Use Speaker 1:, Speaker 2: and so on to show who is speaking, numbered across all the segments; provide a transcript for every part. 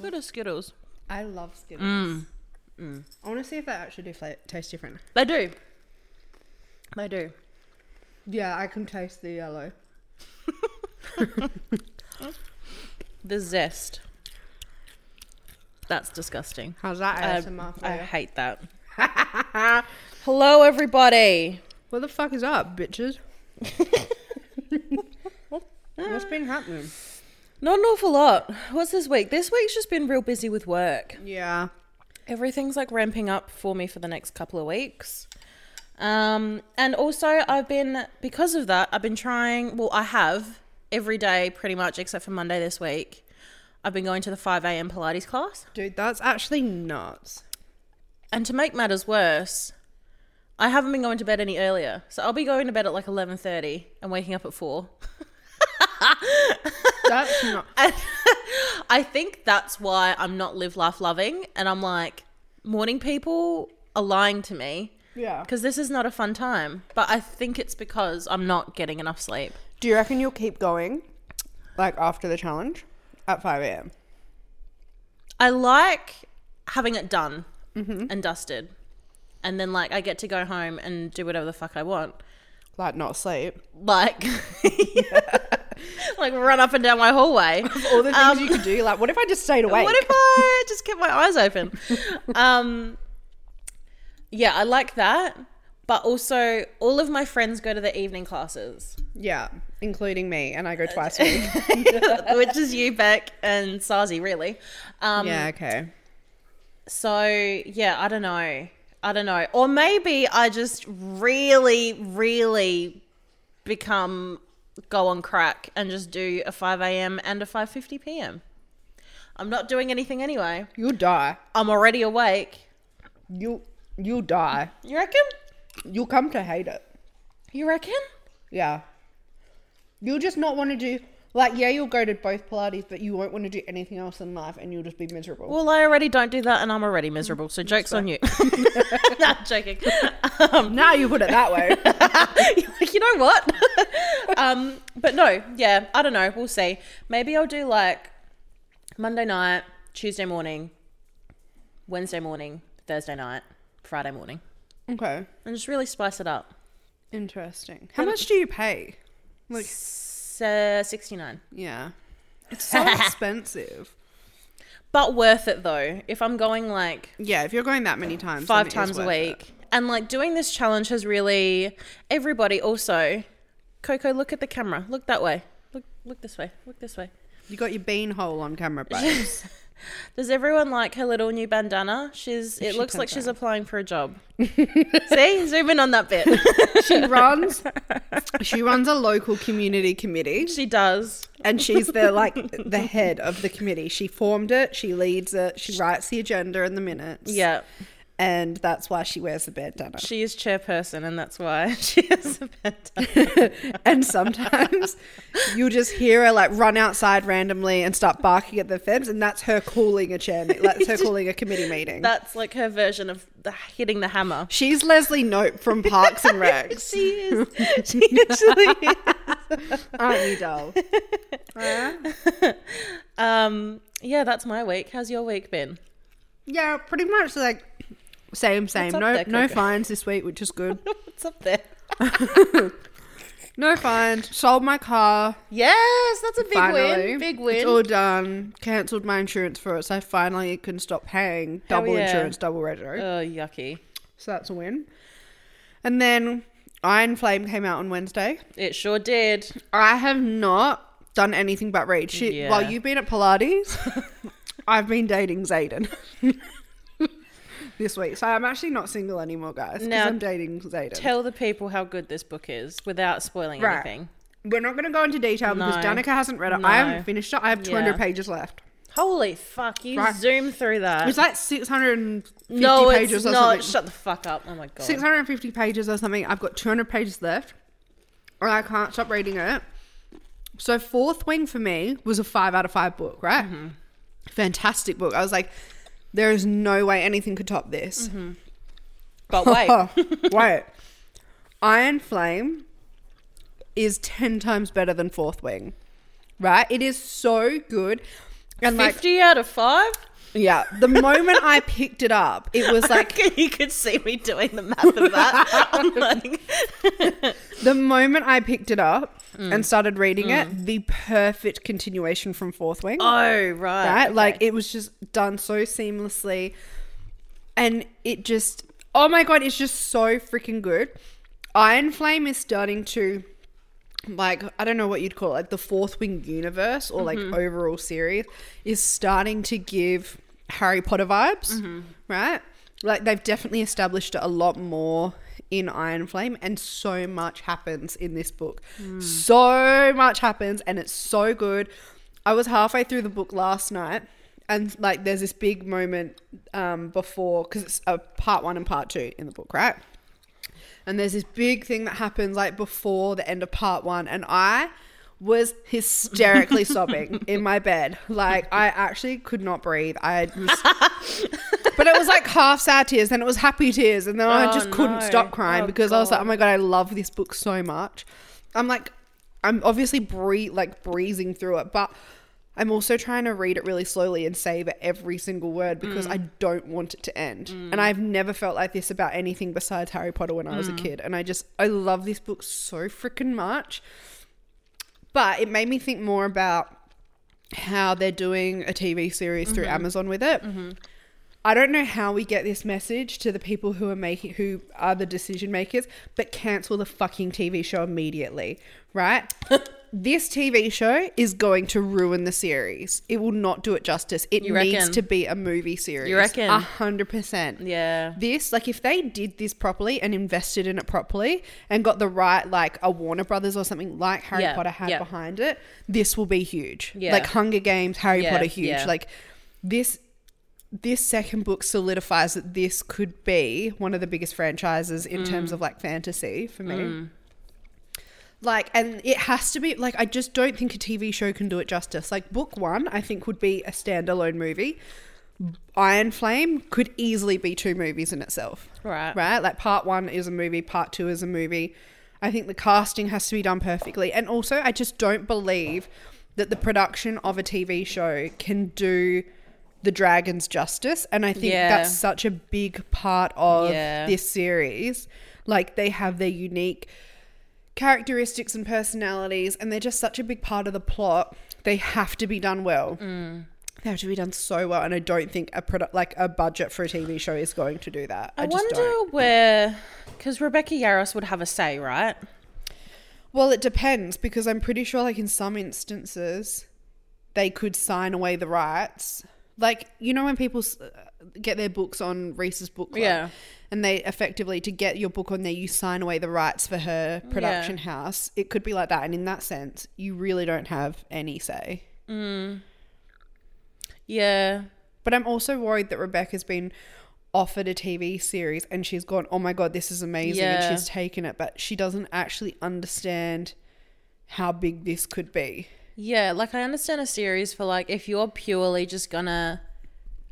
Speaker 1: good as Skittles.
Speaker 2: I love Skittles. I want to see if they actually do fla- taste different.
Speaker 1: They do. They do.
Speaker 2: Yeah, I can taste the yellow.
Speaker 1: The zest. That's disgusting.
Speaker 2: How's that Uh,
Speaker 1: I-
Speaker 2: ASMR for
Speaker 1: I
Speaker 2: you?
Speaker 1: hate that. Hello, everybody.
Speaker 2: What the fuck is up, bitches? What's been happening?
Speaker 1: Not an awful lot. What's this week? This week's just been real busy with work.
Speaker 2: Yeah.
Speaker 1: Everything's like ramping up for me for the next couple of weeks. Um, and also, I've been, because of that, I've been trying, well, I have every day pretty much, except for Monday this week. I've been going to the 5 a.m. Pilates class.
Speaker 2: Dude, that's actually nuts.
Speaker 1: And to make matters worse, I haven't been going to bed any earlier. So I'll be going to bed at like 11:30 and waking up at 4.
Speaker 2: That's not.
Speaker 1: I think that's why I'm not live life loving and I'm like morning people are lying to me
Speaker 2: Yeah.
Speaker 1: because this is not a fun time. But I think it's because I'm not getting enough sleep.
Speaker 2: Do you reckon you'll keep going, like after the challenge, at five a.m.?
Speaker 1: I like having it done and dusted. And then like I get to go home and do whatever the fuck I want.
Speaker 2: Like not sleep.
Speaker 1: Like like run up and down my hallway.
Speaker 2: All the things
Speaker 1: Um,
Speaker 2: you could do. Like, what if I just stayed awake?
Speaker 1: What if I just kept my eyes open? um, yeah, I like that. But also, all of my friends go to the evening classes,
Speaker 2: yeah, including me, and I go twice a week.
Speaker 1: which is you, Beck, and Sazi, really. Um,
Speaker 2: yeah. Okay.
Speaker 1: So, yeah, I don't know. I don't know. Or maybe I just really, really become go on crack and just do a 5 a.m. and a 5.50 p.m. I'm not doing anything anyway.
Speaker 2: You'll die.
Speaker 1: I'm already awake.
Speaker 2: You you'll die.
Speaker 1: You reckon?
Speaker 2: You'll come to hate it.
Speaker 1: You reckon?
Speaker 2: Yeah. You'll just not want to do like yeah, you'll go to both Pilates, but you won't want to do anything else in life, and you'll just be miserable.
Speaker 1: Well, I already don't do that, and I'm already miserable. So jokes on you. no, I'm joking. Um,
Speaker 2: now you put it that way.
Speaker 1: you know what? um, but no, yeah, I don't know. We'll see. Maybe I'll do like Monday night, Tuesday morning, Wednesday morning, Thursday night, Friday morning,
Speaker 2: okay.
Speaker 1: and just really spice it up.
Speaker 2: Interesting. How much do you pay? Like
Speaker 1: S- uh, 69.
Speaker 2: yeah, it's so expensive.
Speaker 1: But worth it though. If I'm going like
Speaker 2: Yeah, if you're going that many times,
Speaker 1: five times a week. And like doing this challenge has really everybody also Coco, look at the camera. Look that way. Look look this way. Look this way.
Speaker 2: You got your bean hole on camera, but
Speaker 1: Does everyone like her little new bandana? She's it
Speaker 2: she
Speaker 1: looks like
Speaker 2: put
Speaker 1: she's
Speaker 2: that?
Speaker 1: applying for a job. See? Zoom in on that bit.
Speaker 2: she runs. She runs a local community committee,
Speaker 1: she does.
Speaker 2: and she's the like the head of the committee. She formed it. She leads it. She writes the agenda and the minutes.
Speaker 1: Yeah.
Speaker 2: and that's why she wears the bandana.
Speaker 1: She is chairperson and that's why she is a bandana.
Speaker 2: and sometimes you'll just hear her like run outside randomly and start barking at the fence, and that's her calling a chair. me- That's her calling a committee meeting.
Speaker 1: That's like her version of the, hitting the hammer.
Speaker 2: She's Leslie Nope from Parks and Recs.
Speaker 1: She is. She actually is.
Speaker 2: Aren't you dull?
Speaker 1: Um, yeah, that's my week. How's your week been?
Speaker 2: Yeah, pretty much like same, same.
Speaker 1: up
Speaker 2: No,
Speaker 1: there,
Speaker 2: no
Speaker 1: Coco?
Speaker 2: fines this week, which is good.
Speaker 1: What's up there?
Speaker 2: No fines. Sold my car.
Speaker 1: Yes, that's a big
Speaker 2: finally.
Speaker 1: win. Big
Speaker 2: It's
Speaker 1: win.
Speaker 2: all done. Cancelled my insurance for it, so I finally can stop paying
Speaker 1: Hell
Speaker 2: double
Speaker 1: yeah.
Speaker 2: insurance, double retro.
Speaker 1: oh, yucky.
Speaker 2: So that's a win. And then Iron Flame came out on Wednesday.
Speaker 1: It sure did.
Speaker 2: I have not done anything but read. She,
Speaker 1: Yeah.
Speaker 2: While you've been at Pilates, I've been dating Zayden this week. So I'm actually not single anymore, guys, because
Speaker 1: Now,
Speaker 2: I'm dating Zayden.
Speaker 1: Tell the people how good this book is without spoiling
Speaker 2: Right.
Speaker 1: anything.
Speaker 2: We're not going to go into detail because
Speaker 1: No.
Speaker 2: Danica hasn't read it.
Speaker 1: No.
Speaker 2: I haven't finished it. I have 200
Speaker 1: Yeah.
Speaker 2: pages left.
Speaker 1: Holy fuck, you
Speaker 2: Right.
Speaker 1: zoom through that.
Speaker 2: It's like 650
Speaker 1: no, it's
Speaker 2: pages or
Speaker 1: not.
Speaker 2: something.
Speaker 1: Shut the fuck up. Oh my god.
Speaker 2: 650 pages or something. I've got 200 pages left, and I can't stop reading it. So, Fourth Wing for me was a five out of five book, right? Fantastic book. I was like, there is no way anything could top this.
Speaker 1: But wait,
Speaker 2: wait. Iron Flame is 10 times better than Fourth Wing, right? It is so good. And like,
Speaker 1: 50 out of 5?
Speaker 2: yeah, the moment I picked it up, it was like
Speaker 1: you could see me doing the math of that. I'm like,
Speaker 2: the moment I picked it up
Speaker 1: Mm.
Speaker 2: and started reading it, the perfect continuation from Fourth Wing.
Speaker 1: oh, right.
Speaker 2: right?
Speaker 1: okay.
Speaker 2: Like it was just done so seamlessly, and it just oh my god, it's just so freaking good. Iron Flame is starting to like I don't know what you'd call it, like the Fourth Wing universe or like overall series is starting to give Harry Potter vibes, right? Like they've definitely established it a lot more in Iron Flame and so much happens in this book. So much happens and it's so good. I was halfway through the book last night and like there's this big moment um before cuz it's a part 1 and part 2 in the book, right? and there's this big thing that happens like before the end of part one and i was hysterically sobbing in my bed like i actually could not breathe i was- but it was like half sad tears then it was happy tears and then i
Speaker 1: Oh,
Speaker 2: just couldn't
Speaker 1: no.
Speaker 2: stop crying
Speaker 1: Oh,
Speaker 2: because i was like
Speaker 1: God.
Speaker 2: oh my god i love this book so much i'm like i'm obviously bree- like breezing through it but i'm also trying to read it really slowly and savor every single word because
Speaker 1: Mm.
Speaker 2: i don't want it to end and i've never felt like this about anything besides harry potter when i
Speaker 1: Mm.
Speaker 2: was a kid and i just i love this book so freaking much but it made me think more about how they're doing a TV series through
Speaker 1: Mm-hmm.
Speaker 2: Amazon with it. I don't know how we get this message to the people who are making who are the decision makers, but cancel the fucking TV show immediately, right? this TV show is going to ruin the series. It will not do it justice. It
Speaker 1: You
Speaker 2: needs
Speaker 1: reckon?
Speaker 2: to be a movie series.
Speaker 1: reckon?
Speaker 2: A hundred percent
Speaker 1: yeah.
Speaker 2: this like if they did this properly and invested in it properly and got the right like a Warner Brothers or something like Harry
Speaker 1: Yeah,
Speaker 2: Potter had
Speaker 1: yeah.
Speaker 2: behind it, this will be huge.
Speaker 1: Yeah.
Speaker 2: Like Hunger Games, Harry
Speaker 1: Yeah,
Speaker 2: Potter huge.
Speaker 1: yeah.
Speaker 2: Like this this second book solidifies that this could be one of the biggest franchises
Speaker 1: Mm.
Speaker 2: in terms of like fantasy for me. Like and it has to be like I just don't think a TV show can do it justice. Like book 1 I think would be a standalone movie. Iron Flame could easily be two movies in itself.
Speaker 1: Right.
Speaker 2: Right? Like part one is a movie, part two is a movie. I think the casting has to be done perfectly. And also, I just don't believe that the production of a TV show can do the dragons justice. And I think
Speaker 1: Yeah.
Speaker 2: that's such a big part of
Speaker 1: Yeah.
Speaker 2: this series. Like, they have their unique characteristics and personalities, and they're just such a big part of the plot. They have to be done well.
Speaker 1: Mm.
Speaker 2: They have to be done so well, and I don't think a product like a budget for a TV show is going to do that. I,
Speaker 1: I
Speaker 2: just
Speaker 1: wonder
Speaker 2: don't.
Speaker 1: where, because Rebecca Yaros would have a say, right?
Speaker 2: Well, it depends because I'm pretty sure, like in some instances, they could sign away the rights. Like you know when people s- uh, get their books on Reese's book club,
Speaker 1: Yeah.
Speaker 2: and they effectively to get your book on there, you sign away the rights for her production house. It could be like that, and in that sense, you really don't have any say.
Speaker 1: Yeah.
Speaker 2: But I'm also worried that Rebecca's been offered a TV series and she's gone, oh my God, this is amazing.
Speaker 1: Yeah.
Speaker 2: And she's taken it, but she doesn't actually understand how big this could be.
Speaker 1: Yeah, like I understand a series for like if you're purely just gonna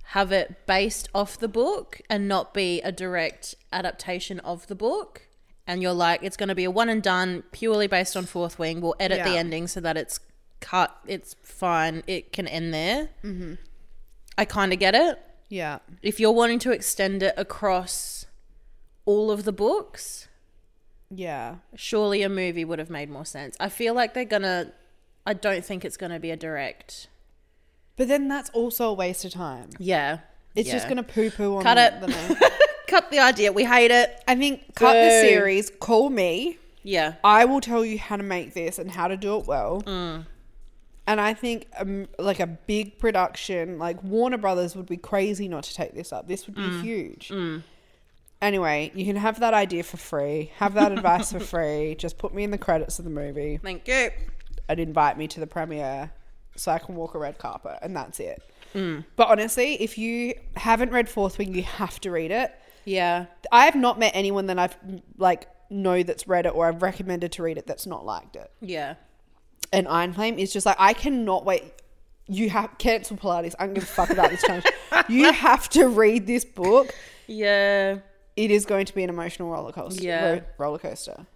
Speaker 1: have it based off the book and not be a direct adaptation of the book, and you're like it's gonna be a one and done purely based on Fourth Wing. We'll edit the
Speaker 2: Yeah.
Speaker 1: ending so that it's cut, it's fine, it can end there. Mm-hmm. I kind of get it.
Speaker 2: Yeah.
Speaker 1: If you're wanting to extend it across all of the books,
Speaker 2: Yeah.
Speaker 1: surely a movie would have made more sense. I feel like they're gonna. I don't think it's gonna be a direct.
Speaker 2: But then that's also a waste of time.
Speaker 1: Yeah.
Speaker 2: It's
Speaker 1: Yeah.
Speaker 2: just going to poo poo on
Speaker 1: Cut it.
Speaker 2: the name.
Speaker 1: cut the idea. We hate it.
Speaker 2: I think cut the
Speaker 1: Boo.
Speaker 2: series, call me.
Speaker 1: Yeah.
Speaker 2: I will tell you how to make this and how to do it well.
Speaker 1: Mm.
Speaker 2: And I think um, like a big production, like Warner Brothers, would be crazy not to take this up. This would be
Speaker 1: Mm.
Speaker 2: huge. Anyway, you can have that idea for free. Have that advice for free. Just put me in the credits of the movie
Speaker 1: Thank you.
Speaker 2: and invite me to the premiere so I can walk a red carpet, and that's it. But honestly, if you haven't read Fourth Wing, you have to read it.
Speaker 1: Yeah.
Speaker 2: I have not met anyone that I've like know that's read it or I've recommended to read it that's not liked it.
Speaker 1: Yeah.
Speaker 2: And Iron Flame is just like I cannot wait. You have cancel Pilates. I'm gonna fuck about this challenge. You have to read this book.
Speaker 1: Yeah.
Speaker 2: It is going to be an emotional roller coaster.
Speaker 1: Yeah.
Speaker 2: ro- roller coaster.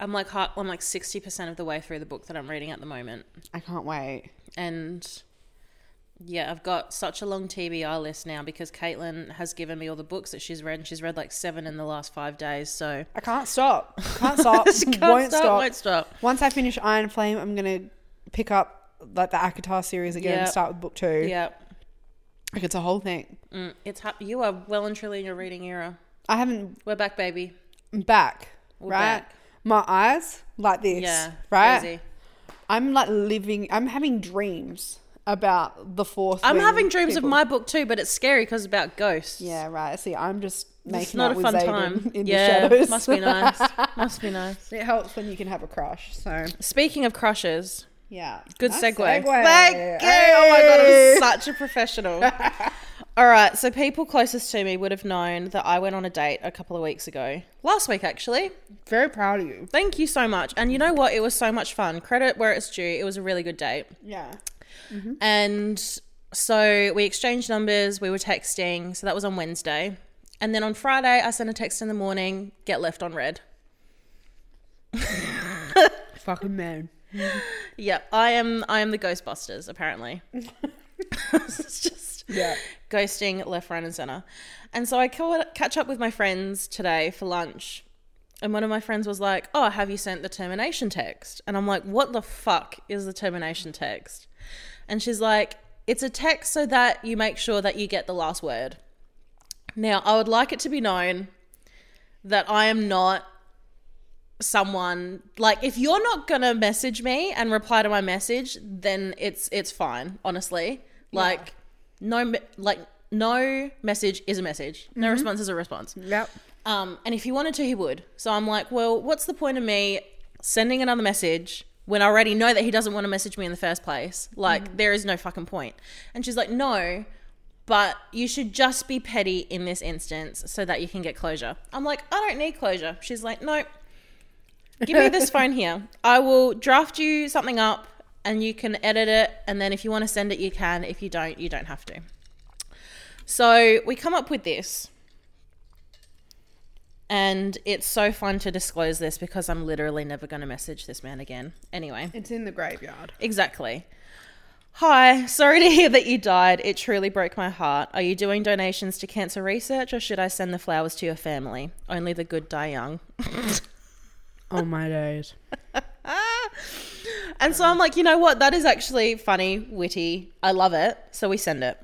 Speaker 1: I'm like ha- I'm like sixty percent of the way through the book that I'm reading at the moment,
Speaker 2: I can't wait.
Speaker 1: and Yeah, I've got such a long TBR list now because Caitlin has given me all the books that she's read, and she's read like seven in the last five days. So
Speaker 2: I can't stop. Can't stop.
Speaker 1: She can't
Speaker 2: won't
Speaker 1: stop,
Speaker 2: stop,
Speaker 1: won't stop.
Speaker 2: Once I finish Iron Flame, I'm gonna pick up like the Akatar series again
Speaker 1: Yep.
Speaker 2: and start with book two.
Speaker 1: yeah,
Speaker 2: Like it's a whole thing.
Speaker 1: mm, it's hap- you are well and truly in your reading era.
Speaker 2: I haven't
Speaker 1: We're back, baby.
Speaker 2: I'm back. right.
Speaker 1: back.
Speaker 2: My eyes like this.
Speaker 1: Yeah,
Speaker 2: Right.
Speaker 1: crazy.
Speaker 2: I'm like living. I'm having dreams about the fourth.
Speaker 1: I'm
Speaker 2: wing
Speaker 1: having dreams
Speaker 2: people.
Speaker 1: of my book too, but it's scary because about ghosts.
Speaker 2: Yeah. Right. See, I'm just making
Speaker 1: it's not
Speaker 2: out
Speaker 1: a
Speaker 2: with
Speaker 1: fun
Speaker 2: Zayden
Speaker 1: time.
Speaker 2: in
Speaker 1: yeah,
Speaker 2: the shadows.
Speaker 1: must be nice. must be nice.
Speaker 2: it helps when you can have a crush. So
Speaker 1: Speaking of crushes,
Speaker 2: yeah.
Speaker 1: good
Speaker 2: Nice
Speaker 1: segue.
Speaker 2: Hey.
Speaker 1: Thank you. Oh my god, I'm such a professional. All right, so people closest to me would have known that I went on a date a couple of weeks ago. Last week, actually.
Speaker 2: Very proud of you.
Speaker 1: Thank you so much. And you know what? It was so much fun. Credit where it's due. It was a really good date.
Speaker 2: Yeah.
Speaker 1: And so we exchanged numbers, we were texting. So that was on Wednesday. And then on Friday, I sent a text in the morning, get left on red.
Speaker 2: Fucking man.
Speaker 1: Yep, I am I am the Ghostbusters, apparently. it's just
Speaker 2: Yeah.
Speaker 1: ghosting left, right, and center. And so I ca- catch up with my friends today for lunch. And one of my friends was like, Oh, have you sent the termination text? And I'm like, What the fuck is the termination text? And she's like, It's a text so that you make sure that you get the last word. Now, I would like it to be known that I am not someone like if you're not gonna message me and reply to my message then it's it's fine honestly like no me- like no message is a message no response is a response
Speaker 2: Yep.
Speaker 1: um and if he wanted to he would so i'm like well what's the point of me sending another message when i already know that he doesn't want to message me in the first place like there is no fucking point and she's like no but you should just be petty in this instance so that you can get closure i'm like i don't need closure she's like no give me this phone here. I will draft you something up and you can edit it. And then if you want to send it, you can. If you don't, you don't have to. So we come up with this. And it's so fun to disclose this because I'm literally never going to message this man again. Anyway.
Speaker 2: It's in the graveyard.
Speaker 1: Exactly. Hi, sorry to hear that you died. It truly broke my heart. Are you doing donations to cancer research or should I send the flowers to your family? Only the good die young.
Speaker 2: Oh my days.
Speaker 1: And so I'm like, you know what? That is actually funny, witty. I love it. So we send it.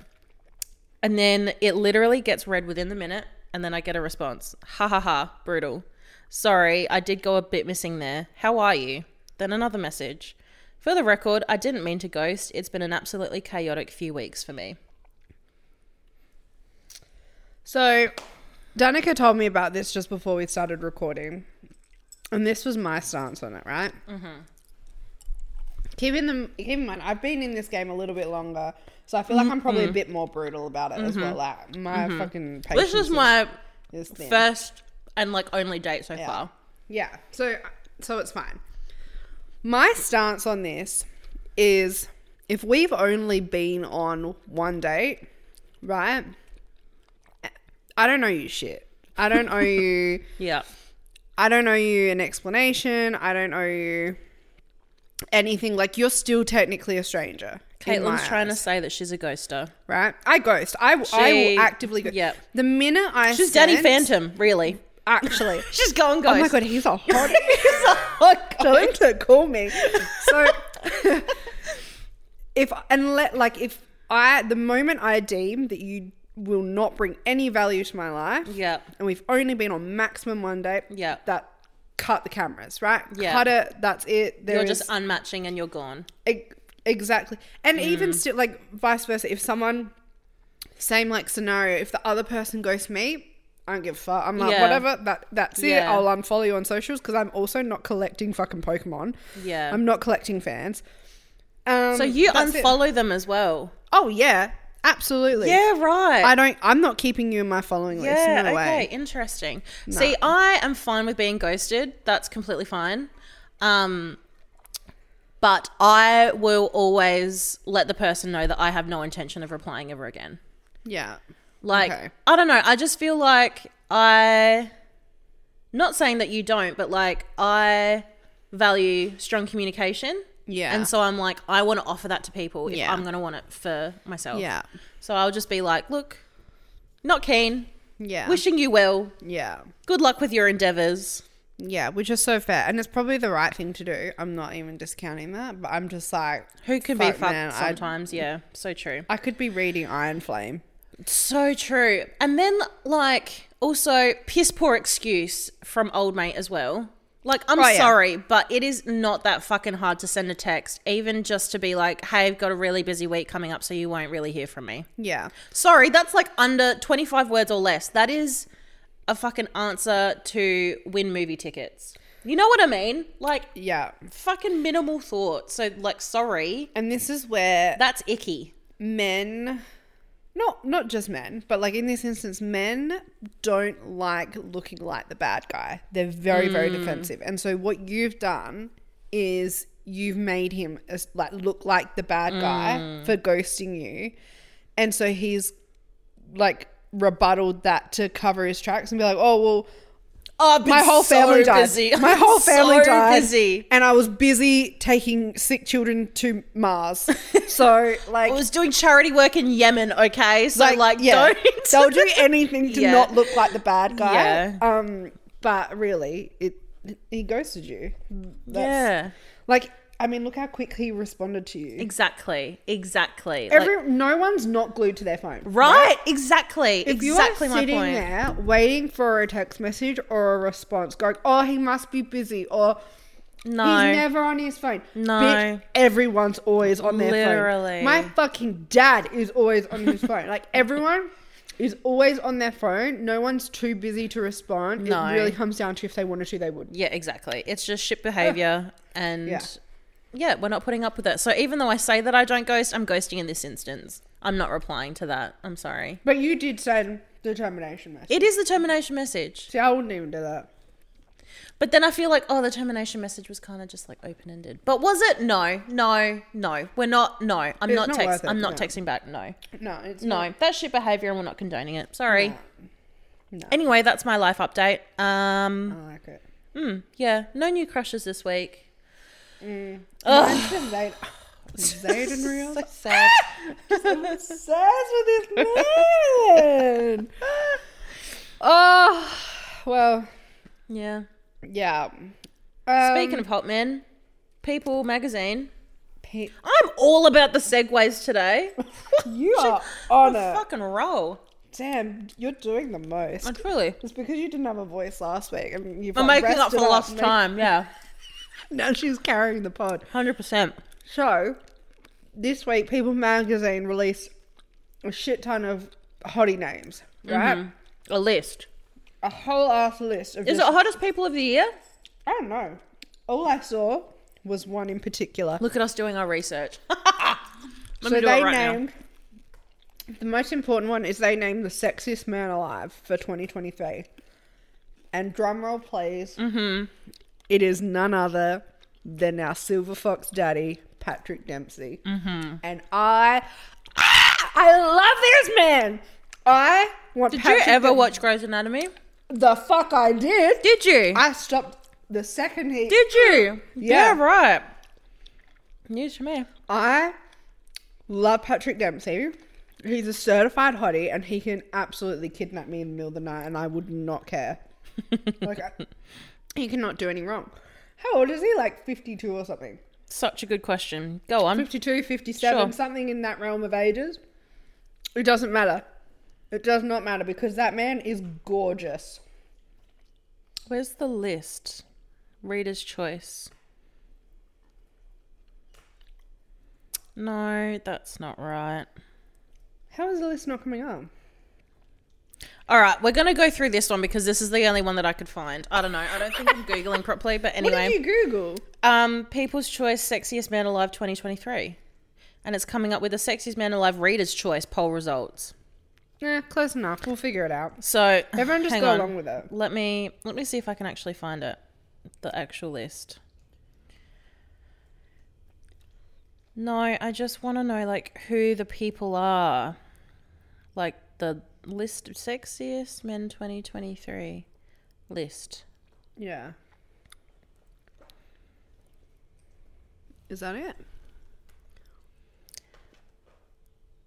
Speaker 1: And then it literally gets read within the minute. And then I get a response. Ha ha ha. Brutal. Sorry, I did go a bit missing there. How are you? Then another message. For the record, I didn't mean to ghost. It's been an absolutely chaotic few weeks for me.
Speaker 2: So, Danica told me about this just before we started recording, and this was my stance on it. Right. Mm-hmm. Keep in the keep in mind, I've been in this game a little bit longer, so I feel like I'm probably a bit more brutal about it as well. Like my fucking patience
Speaker 1: This is my
Speaker 2: is thin.
Speaker 1: first and like only date so far.
Speaker 2: Yeah. So so it's fine. My stance on this is if we've only been on one date, right? I don't owe you shit. I don't owe you
Speaker 1: Yeah.
Speaker 2: I don't owe you an explanation. I don't owe you anything. Like you're still technically a stranger. in my
Speaker 1: Caitlin's trying to
Speaker 2: eyes,
Speaker 1: say that she's a ghoster.
Speaker 2: right. I ghost. I, I
Speaker 1: She-
Speaker 2: will actively go.
Speaker 1: yep.
Speaker 2: The minute I
Speaker 1: She's Danny
Speaker 2: sense-
Speaker 1: Phantom, really.
Speaker 2: actually.
Speaker 1: She's gone
Speaker 2: Oh
Speaker 1: ghost.
Speaker 2: my god, he's a hottie.
Speaker 1: oh
Speaker 2: Tell him to call me. So if and let like if I the moment I deem that you will not bring any value to my life,
Speaker 1: Yeah.
Speaker 2: and we've only been on maximum one date,
Speaker 1: Yeah.
Speaker 2: that cut the cameras, right?
Speaker 1: Yeah.
Speaker 2: cut it. That's it. There
Speaker 1: You're
Speaker 2: is-
Speaker 1: just unmatching and you're gone.
Speaker 2: Ex- Exactly. And
Speaker 1: Mm.
Speaker 2: even still, like, vice versa, if someone, same like scenario, if the other person ghosts me, I don't give a fuck. I'm like,
Speaker 1: Yeah.
Speaker 2: whatever, that, that's it.
Speaker 1: Yeah.
Speaker 2: I'll unfollow you on socials because I'm also not collecting fucking Pokemon.
Speaker 1: Yeah.
Speaker 2: I'm not collecting fans. Um,
Speaker 1: so you
Speaker 2: that's it.
Speaker 1: unfollow them as well.
Speaker 2: Oh, yeah. Absolutely.
Speaker 1: right.
Speaker 2: I don't, I'm not keeping you in my following list.
Speaker 1: yeah,
Speaker 2: no
Speaker 1: okay,
Speaker 2: way.
Speaker 1: interesting. See, I am fine with being ghosted. That's completely fine. Um but I will always let the person know that I have no intention of replying ever again.
Speaker 2: Yeah.
Speaker 1: Like
Speaker 2: Okay.
Speaker 1: I don't know, I just feel like I not saying that you don't, but like I value strong communication
Speaker 2: Yeah.
Speaker 1: And so I'm like, I want to offer that to people if
Speaker 2: Yeah.
Speaker 1: I'm going to want it for myself.
Speaker 2: Yeah.
Speaker 1: So I'll just be like, look, not keen,
Speaker 2: Yeah.
Speaker 1: wishing you well.
Speaker 2: yeah.
Speaker 1: Good luck with your endeavors.
Speaker 2: Yeah, which is so fair. And it's probably the right thing to do. I'm not even discounting that, but I'm just like,
Speaker 1: Who can be
Speaker 2: Fuck,
Speaker 1: fucked
Speaker 2: man, I-
Speaker 1: sometimes? Yeah, so true.
Speaker 2: I could be reading Iron Flame.
Speaker 1: So true. And then, like, also, piss poor excuse from old mate as well. Like, I'm
Speaker 2: Oh, yeah.
Speaker 1: sorry, but it is not that fucking hard to send a text, even just to be like, hey, I've got a really busy week coming up, so you won't really hear from me.
Speaker 2: Yeah.
Speaker 1: Sorry, that's like under 25 words or less. That is a fucking answer to win movie tickets. You know what I mean? Like,
Speaker 2: Yeah.
Speaker 1: fucking minimal thought. So, like, sorry,
Speaker 2: And this is where
Speaker 1: that's icky.
Speaker 2: men not not just men, but like in this instance, men don't like looking like the bad guy. They're very, very defensive. And so what you've done is you've made him as, like look like the bad guy for ghosting you. And so he's like rebutted that to cover his tracks and be like, "Oh, well,
Speaker 1: Oh,
Speaker 2: my whole family died. My whole family died,
Speaker 1: Busy.
Speaker 2: and I was busy taking sick children to Mars. So, like,
Speaker 1: I was doing charity work in Yemen, okay? So, like, don't.
Speaker 2: they'll do anything to
Speaker 1: Yeah.
Speaker 2: not look like the bad guy.
Speaker 1: Yeah.
Speaker 2: Um, but really, it he ghosted you.
Speaker 1: yeah.
Speaker 2: That's- Like, I mean, look how quick he responded to you.
Speaker 1: Exactly. Exactly. Like-
Speaker 2: Every no one's not glued to their phone.
Speaker 1: right? Exactly.
Speaker 2: If
Speaker 1: exactly
Speaker 2: you are
Speaker 1: my
Speaker 2: sitting
Speaker 1: point.
Speaker 2: there waiting for a text message or a response, going, "Oh, he must be busy," or
Speaker 1: No.
Speaker 2: He's never on his phone.
Speaker 1: No.
Speaker 2: Bitch, everyone's always on their
Speaker 1: Literally.
Speaker 2: phone. My fucking dad is always on his phone. Like everyone is always on their phone. No one's too busy to respond.
Speaker 1: No.
Speaker 2: It really comes down to if they wanted to, they would.
Speaker 1: Yeah, exactly. It's just shit behavior and yeah.
Speaker 2: Yeah.
Speaker 1: we're not putting up with it. So even though I say that I don't ghost, I'm ghosting in this instance. I'm not replying to that. I'm sorry.
Speaker 2: But you did send the termination message.
Speaker 1: It is the termination message.
Speaker 2: See, I wouldn't even do that.
Speaker 1: But then I feel like, oh, the termination message was kind of just like open ended. But was it? No, no, no. We're not. No, I'm
Speaker 2: It's
Speaker 1: not,
Speaker 2: not
Speaker 1: text.
Speaker 2: worth it,
Speaker 1: I'm not
Speaker 2: no.
Speaker 1: texting back. No,
Speaker 2: No, it's
Speaker 1: no.
Speaker 2: not-
Speaker 1: That's shit behavior, and we're not condoning it. Sorry.
Speaker 2: No.
Speaker 1: Anyway, that's my life update. Um,
Speaker 2: I don't like it.
Speaker 1: mm, yeah, no new crushes this week.
Speaker 2: Imagine Zayd. Zayd in real.
Speaker 1: so sad.
Speaker 2: obsessed with this man. oh, well,
Speaker 1: Yeah.
Speaker 2: yeah. Um,
Speaker 1: Speaking of hot men, People magazine.
Speaker 2: Pete,
Speaker 1: I'm all about the segues today.
Speaker 2: you are
Speaker 1: I'm
Speaker 2: on
Speaker 1: a
Speaker 2: it.
Speaker 1: fucking roll.
Speaker 2: Damn, you're doing the most.
Speaker 1: I truly.
Speaker 2: It's because you didn't have a voice last week, and you've
Speaker 1: I'm
Speaker 2: like,
Speaker 1: Oh. making up
Speaker 2: rested
Speaker 1: for lost
Speaker 2: me.
Speaker 1: time. Yeah,
Speaker 2: Now she's carrying the pod.
Speaker 1: hundred percent.
Speaker 2: So, this week, People Magazine released a shit ton of hottie names, right?
Speaker 1: A list.
Speaker 2: A whole ass list of.
Speaker 1: Mm-hmm. Is it
Speaker 2: just,
Speaker 1: hottest people of the year?
Speaker 2: I don't know. All I saw was one in particular.
Speaker 1: Look at us doing our research. Let
Speaker 2: so
Speaker 1: me do
Speaker 2: they
Speaker 1: it right now.
Speaker 2: named the most important one is they named the sexiest man alive for 2023. And drumroll please. Mm-hmm. is none other than our silver fox daddy Patrick Dempsey. Mm-hmm. And I, Ah! I love this man. I want.
Speaker 1: Did
Speaker 2: Patrick
Speaker 1: you ever
Speaker 2: Dem-
Speaker 1: watch Grey's Anatomy?
Speaker 2: The fuck I did.
Speaker 1: Did you?
Speaker 2: I stopped the second he.
Speaker 1: Did you?
Speaker 2: Yeah.
Speaker 1: right. News to me.
Speaker 2: I love Patrick Dempsey. He's a certified hottie, and he can absolutely kidnap me in the middle of the night, and I would not care. like, I, he cannot do any wrong. How old is he? Like 52 or something?
Speaker 1: Such a good question. Go on.
Speaker 2: 52, 57,
Speaker 1: Sure.
Speaker 2: something in that realm of ages. It doesn't matter. It does not matter because that man is gorgeous.
Speaker 1: Where's the list? Reader's choice. No, that's not right.
Speaker 2: How is the list not coming up?
Speaker 1: All right, we're going to go through this one because this is the only one that I could find. I don't know. I don't think I'm Googling properly, but
Speaker 2: What
Speaker 1: anyway.
Speaker 2: did you Google?
Speaker 1: um, People's Choice Sexiest Man Alive 2023. And it's coming up with the Sexiest Man Alive Reader's Choice poll results.
Speaker 2: Nah, close enough. We'll figure it out.
Speaker 1: So
Speaker 2: Everyone just
Speaker 1: hang
Speaker 2: go
Speaker 1: on.
Speaker 2: along with it.
Speaker 1: Let me let me see if I can actually find it. The actual list. No, I just want to know like who the people are. Like the list of sexiest men 2023 list.
Speaker 2: Yeah. Is that it?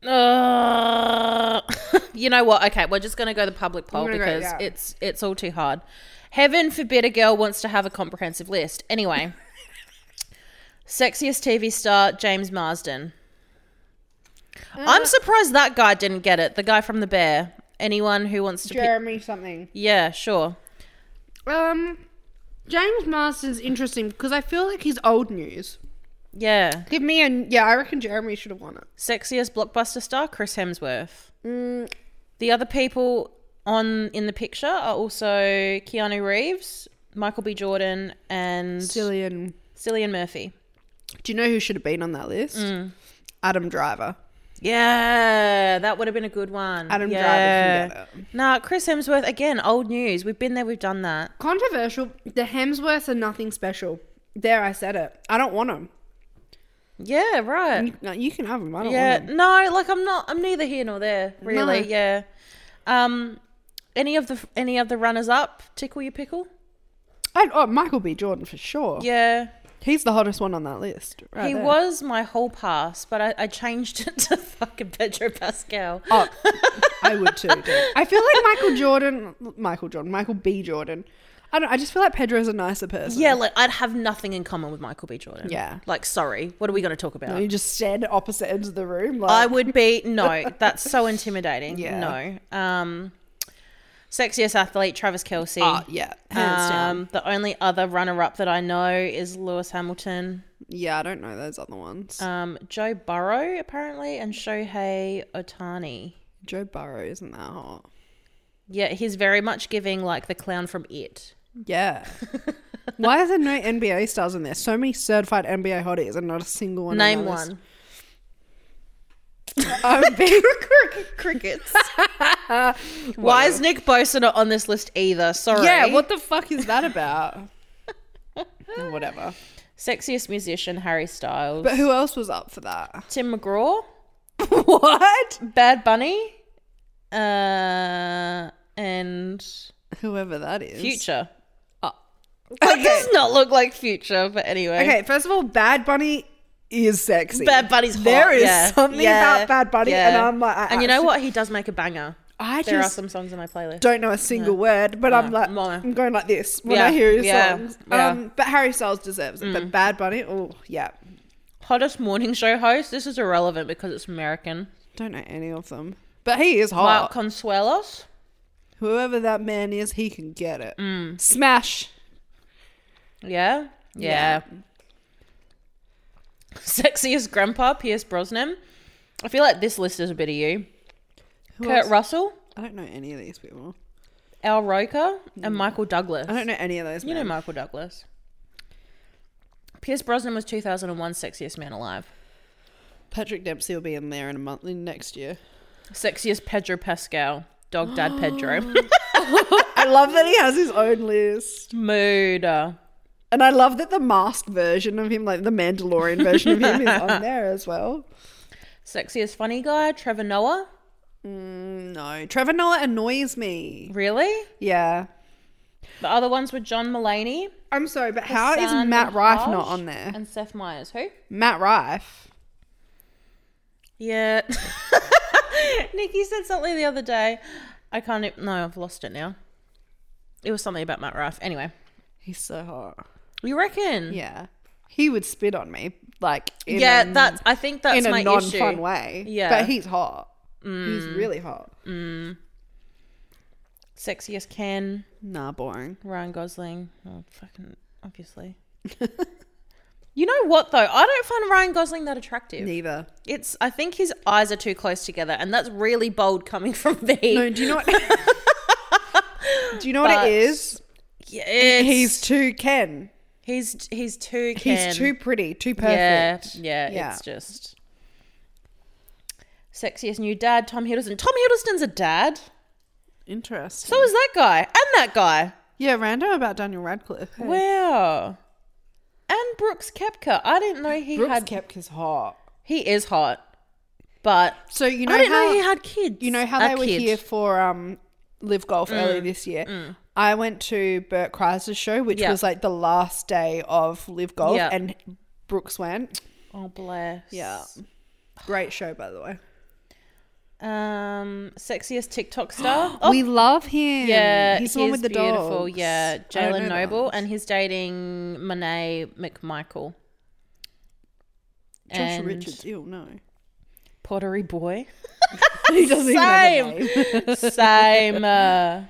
Speaker 1: Uh, you know what? Okay, we're just gonna go the public poll
Speaker 2: gonna go-
Speaker 1: because
Speaker 2: yeah.
Speaker 1: it's it's all too hard. Heaven forbid a girl wants to have a comprehensive list. Anyway, sexiest TV star James Marsden.
Speaker 2: Uh,
Speaker 1: I'm surprised that guy didn't get it. The guy from The Bear. Anyone who wants to, pick-
Speaker 2: Jeremy something.
Speaker 1: yeah, sure.
Speaker 2: Um, James Marsden's interesting because I feel like he's old news.
Speaker 1: Yeah,
Speaker 2: Give me a yeah. I reckon Jeremy should have won it.
Speaker 1: sexiest blockbuster star Chris Hemsworth.
Speaker 2: Mm,
Speaker 1: The other people on in the picture are also Keanu Reeves, Michael B. Jordan, and
Speaker 2: Cillian.
Speaker 1: Cillian Murphy.
Speaker 2: Do you know who should have been on that list? Adam Driver.
Speaker 1: Yeah, that would have been a good one.
Speaker 2: Adam Driver
Speaker 1: yeah.
Speaker 2: can get it.
Speaker 1: Nah, Chris Hemsworth again. Old news. We've been there. We've done that.
Speaker 2: Controversial. The Hemsworths are nothing special. There, I said it. I don't want them.
Speaker 1: Yeah, right.
Speaker 2: You, no, you can have them. I don't
Speaker 1: Yeah.
Speaker 2: want them.
Speaker 1: No, like I'm not. I'm neither here nor there. Really.
Speaker 2: No.
Speaker 1: Yeah. Um. Any of the any of the runners up tickle your pickle?
Speaker 2: I'd, oh, Michael B. Jordan for sure.
Speaker 1: Yeah.
Speaker 2: He's the hottest one on that list. Right
Speaker 1: he
Speaker 2: there.
Speaker 1: was my whole pass, but I, I changed it to fucking Pedro Pascal.
Speaker 2: Oh, I would too. dude. I feel like Michael Jordan, Michael Jordan, Michael B. Jordan. I don't. I just feel like Pedro's a nicer person.
Speaker 1: Yeah, like I'd have nothing in common with Michael B. Jordan.
Speaker 2: Yeah.
Speaker 1: Like, sorry, what are we going to talk about?
Speaker 2: You just stand at opposite ends of the room.
Speaker 1: I
Speaker 2: Like,
Speaker 1: would be no. That's so intimidating.
Speaker 2: Yeah.
Speaker 1: No. Um, sexiest athlete Travis Kelsey.
Speaker 2: Ah, yeah, hands down.
Speaker 1: um, the only other runner-up that I know is Lewis Hamilton,
Speaker 2: Yeah, I don't know those other ones.
Speaker 1: um, Joe Burrow apparently, and Shohei Otani.
Speaker 2: Joe Burrow isn't that hot.
Speaker 1: Yeah, he's very much giving like the clown from It.
Speaker 2: Yeah. Why are there no NBA stars in there? So many certified NBA hotties and not a single one. on
Speaker 1: Name
Speaker 2: that list.
Speaker 1: one.
Speaker 2: Oh, big
Speaker 1: Crickets. Why is Nick Bosa not on this list either? Sorry.
Speaker 2: Yeah, what the fuck is that about? Whatever.
Speaker 1: Sexiest musician Harry Styles.
Speaker 2: But who else was up for that?
Speaker 1: Tim McGraw.
Speaker 2: what?
Speaker 1: Bad Bunny, uh, and
Speaker 2: Whoever that is.
Speaker 1: Future.
Speaker 2: Oh.
Speaker 1: That does not look like Future, but anyway.
Speaker 2: Okay, first of all, Bad Bunny is sexy.
Speaker 1: Bad Bunny's hot.
Speaker 2: There is
Speaker 1: yeah.
Speaker 2: something
Speaker 1: Yeah.
Speaker 2: about Bad Bunny,
Speaker 1: Yeah.
Speaker 2: and I'm like, I
Speaker 1: and you know
Speaker 2: actually-
Speaker 1: what? He does make a banger.
Speaker 2: I
Speaker 1: There are
Speaker 2: just
Speaker 1: some songs on my playlist.
Speaker 2: don't know a single word, but I'm like,
Speaker 1: no.
Speaker 2: I'm going like this when
Speaker 1: Yeah,
Speaker 2: I hear his
Speaker 1: yeah,
Speaker 2: songs.
Speaker 1: yeah. Mm.
Speaker 2: Um, but Harry Styles deserves it. But Bad Bunny, oh yeah,
Speaker 1: Hottest morning show host. This is irrelevant because it's American.
Speaker 2: don't know any of them. But he is
Speaker 1: Mark
Speaker 2: hot.
Speaker 1: Consuelos.
Speaker 2: Whoever that man is, he can get it.
Speaker 1: Mm.
Speaker 2: Smash.
Speaker 1: Yeah. Yeah. Sexiest grandpa, Pierce Brosnan. I feel like this list is a bit of you.
Speaker 2: Who
Speaker 1: Kurt
Speaker 2: else?
Speaker 1: Russell,
Speaker 2: I don't know any of these people.
Speaker 1: Al Roker, and Michael Douglas.
Speaker 2: Mm. I don't know any of those.
Speaker 1: You know
Speaker 2: men.
Speaker 1: Michael Douglas. Pierce Brosnan was 2001 sexiest man alive.
Speaker 2: Patrick Dempsey will be in there in a month in next year.
Speaker 1: Sexiest Pedro Pascal. Dog dad Pedro.
Speaker 2: I love that he has his own list.
Speaker 1: Mood. uh,
Speaker 2: And I love that the masked version of him, like the Mandalorian version of him, is on there as well.
Speaker 1: Sexiest funny guy, Trevor Noah.
Speaker 2: No, Trevor Noah annoys me.
Speaker 1: Really?
Speaker 2: Yeah,
Speaker 1: The other ones were John Mulaney.
Speaker 2: I'm sorry, but how is
Speaker 1: Hassan
Speaker 2: Matt Rife
Speaker 1: Minhaj,
Speaker 2: not on there?
Speaker 1: And Seth Meyers. Who?
Speaker 2: Matt Rife.
Speaker 1: Yeah. Nikki said something the other day. I can't. e- No, I've lost it now. It was something about Matt Rife. Anyway,
Speaker 2: He's so hot.
Speaker 1: you reckon?
Speaker 2: Yeah, he would spit on me, like in
Speaker 1: Yeah,
Speaker 2: a,
Speaker 1: that's. I think that's
Speaker 2: in
Speaker 1: my
Speaker 2: a non-fun
Speaker 1: issue.
Speaker 2: way.
Speaker 1: Yeah. Mm.
Speaker 2: but he's hot. He's really hot.
Speaker 1: Sexiest Ken.
Speaker 2: Nah, boring.
Speaker 1: Ryan Gosling. Oh, fucking obviously. you know what though? I don't find Ryan Gosling that attractive.
Speaker 2: Neither.
Speaker 1: It's I think his eyes are too close together, and that's really bold coming from me.
Speaker 2: No, do you know what? do you know what
Speaker 1: But-
Speaker 2: it is?
Speaker 1: yeah,
Speaker 2: He's too Ken.
Speaker 1: he's he's too Ken.
Speaker 2: He's too pretty, too
Speaker 1: yeah,
Speaker 2: perfect.
Speaker 1: yeah,
Speaker 2: Yeah.
Speaker 1: It's just sexiest new dad, Tom Hiddleston. Tom Hiddleston's a dad.
Speaker 2: Interesting.
Speaker 1: So is that guy and that guy.
Speaker 2: yeah, random about Daniel Radcliffe.
Speaker 1: Wow. And Brooks Kepka. I didn't know he
Speaker 2: Brooks
Speaker 1: had
Speaker 2: kept his heart.
Speaker 1: He is hot, but
Speaker 2: So you know
Speaker 1: I didn't
Speaker 2: how
Speaker 1: know he had kids.
Speaker 2: you know how
Speaker 1: A
Speaker 2: they were
Speaker 1: kid. Mm,
Speaker 2: here for um live golf earlier this year. I went to Bert Kreiser's show, which
Speaker 1: Yeah.
Speaker 2: was like the last day of live golf,
Speaker 1: Yeah.
Speaker 2: and Brooks went.
Speaker 1: Oh bless.
Speaker 2: Yeah. Great show, by the way.
Speaker 1: Um, sexiest TikTok star. oh,
Speaker 2: We love him.
Speaker 1: yeah,
Speaker 2: he's
Speaker 1: he's,
Speaker 2: the one with the
Speaker 1: beautiful.
Speaker 2: dogs.
Speaker 1: Yeah,
Speaker 2: I don't know
Speaker 1: Jalen Noble,
Speaker 2: that.
Speaker 1: and he's dating Monet McMichael.
Speaker 2: Josh
Speaker 1: and
Speaker 2: Richards. Ew, no.
Speaker 1: Pottery boy.
Speaker 2: he doesn't even have a
Speaker 1: Same.
Speaker 2: name.
Speaker 1: Same. Uh,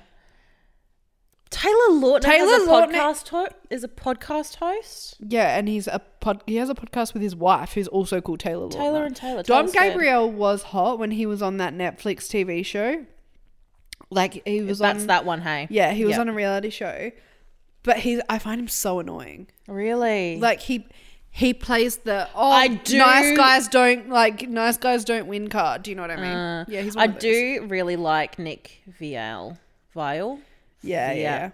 Speaker 1: Taylor Lautner
Speaker 2: Taylor
Speaker 1: has a
Speaker 2: Lautner-
Speaker 1: podcast ho- is a podcast host.
Speaker 2: Yeah, and he's a pod. He has a podcast with his wife, who's also called Taylor. Lautner.
Speaker 1: Taylor and Taylor.
Speaker 2: Dom
Speaker 1: Taylor's good.
Speaker 2: Gabriel was hot when he was on that Netflix TV show. Like he was
Speaker 1: That's
Speaker 2: on.
Speaker 1: that one. Hey.
Speaker 2: Yeah, he was
Speaker 1: Yeah.
Speaker 2: on a reality show, but he's. I find him so annoying.
Speaker 1: Really.
Speaker 2: Like he. He plays the oh
Speaker 1: I do-
Speaker 2: nice guys don't like nice guys don't win card. Do you know what I mean? yeah, he's. One
Speaker 1: Uh, I
Speaker 2: of those.
Speaker 1: do really like Nick Vial. Vial.
Speaker 2: Yeah, yeah,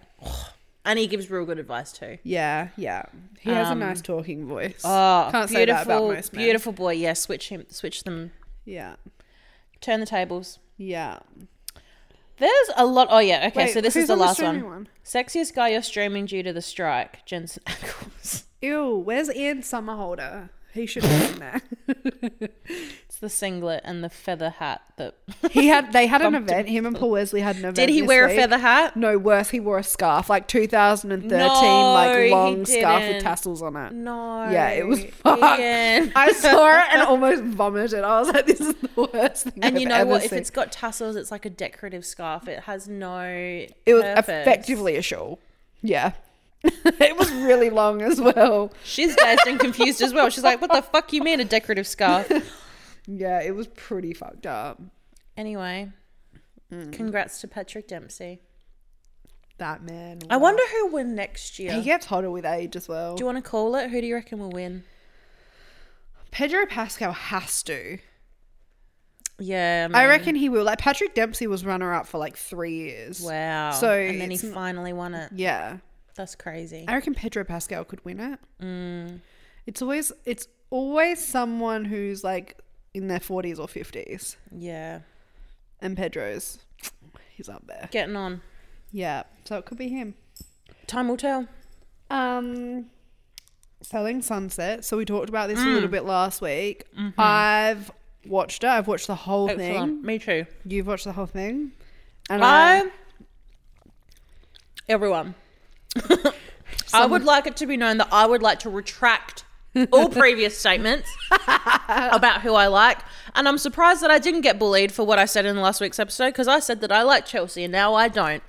Speaker 1: And he gives real good advice too.
Speaker 2: yeah, yeah. He has a nice talking voice.
Speaker 1: Um, Oh,
Speaker 2: Can't say
Speaker 1: beautiful,
Speaker 2: that about most men.
Speaker 1: beautiful boy. Yeah, switch him, switch them,
Speaker 2: Yeah,
Speaker 1: turn the tables.
Speaker 2: yeah.
Speaker 1: There's a lot. Oh yeah, okay.
Speaker 2: Wait,
Speaker 1: so this
Speaker 2: who's
Speaker 1: is the
Speaker 2: on
Speaker 1: last
Speaker 2: streaming
Speaker 1: one. Sexiest guy you're streaming due to the strike, Jensen Ackles.
Speaker 2: Ew, where's Ian Summerholder? He should have been there.
Speaker 1: It's the singlet and the feather hat that.
Speaker 2: he had they had an event. Him and Paul Wesley had an event.
Speaker 1: Did he
Speaker 2: this
Speaker 1: wear a
Speaker 2: week.
Speaker 1: feather hat?
Speaker 2: No, worse, he wore a scarf, like 2013,
Speaker 1: No,
Speaker 2: like
Speaker 1: he
Speaker 2: long scarf with
Speaker 1: didn't.
Speaker 2: tassels on it.
Speaker 1: No.
Speaker 2: Yeah, it was fucked.
Speaker 1: Ian.
Speaker 2: I saw it and almost vomited. I was like, this is the worst thing.
Speaker 1: And
Speaker 2: I've
Speaker 1: you know
Speaker 2: ever
Speaker 1: what? If
Speaker 2: seen.
Speaker 1: it's got tassels, it's like a decorative scarf. It has no. It
Speaker 2: it was effectively a shawl. Yeah, it was really long as well.
Speaker 1: She's dazed and confused as well. She's like, "What the fuck you mean a decorative scarf?"
Speaker 2: Yeah, it was pretty fucked up.
Speaker 1: Anyway, Mm. congrats to Patrick Dempsey.
Speaker 2: That man.
Speaker 1: I wonder who will win next year.
Speaker 2: He gets hotter with age as well.
Speaker 1: Do you want to call it? Who do you reckon will win?
Speaker 2: Pedro Pascal has to.
Speaker 1: Yeah,
Speaker 2: I
Speaker 1: man.
Speaker 2: reckon he will. Like Patrick Dempsey was runner up for like three years.
Speaker 1: Wow.
Speaker 2: So
Speaker 1: and then he
Speaker 2: it's n-
Speaker 1: finally won it.
Speaker 2: Yeah,
Speaker 1: That's crazy.
Speaker 2: I reckon Pedro Pascal could win it. It's always it's always someone who's like in their forties or fifties,
Speaker 1: Yeah,
Speaker 2: and Pedro's he's up there.
Speaker 1: getting on.
Speaker 2: Yeah, so it could be him.
Speaker 1: Time will tell.
Speaker 2: Um, Selling Sunset. So we talked about this a little bit last week. I've watched it. I've watched the whole
Speaker 1: Excellent.
Speaker 2: thing.
Speaker 1: Me too.
Speaker 2: You've watched the whole thing, and I
Speaker 1: I. Everyone. I would like it to be known that I would like to retract all previous statements about who I like. And I'm surprised that I didn't get bullied for what I said in last week's episode because I said that I like Chelsea and now I don't.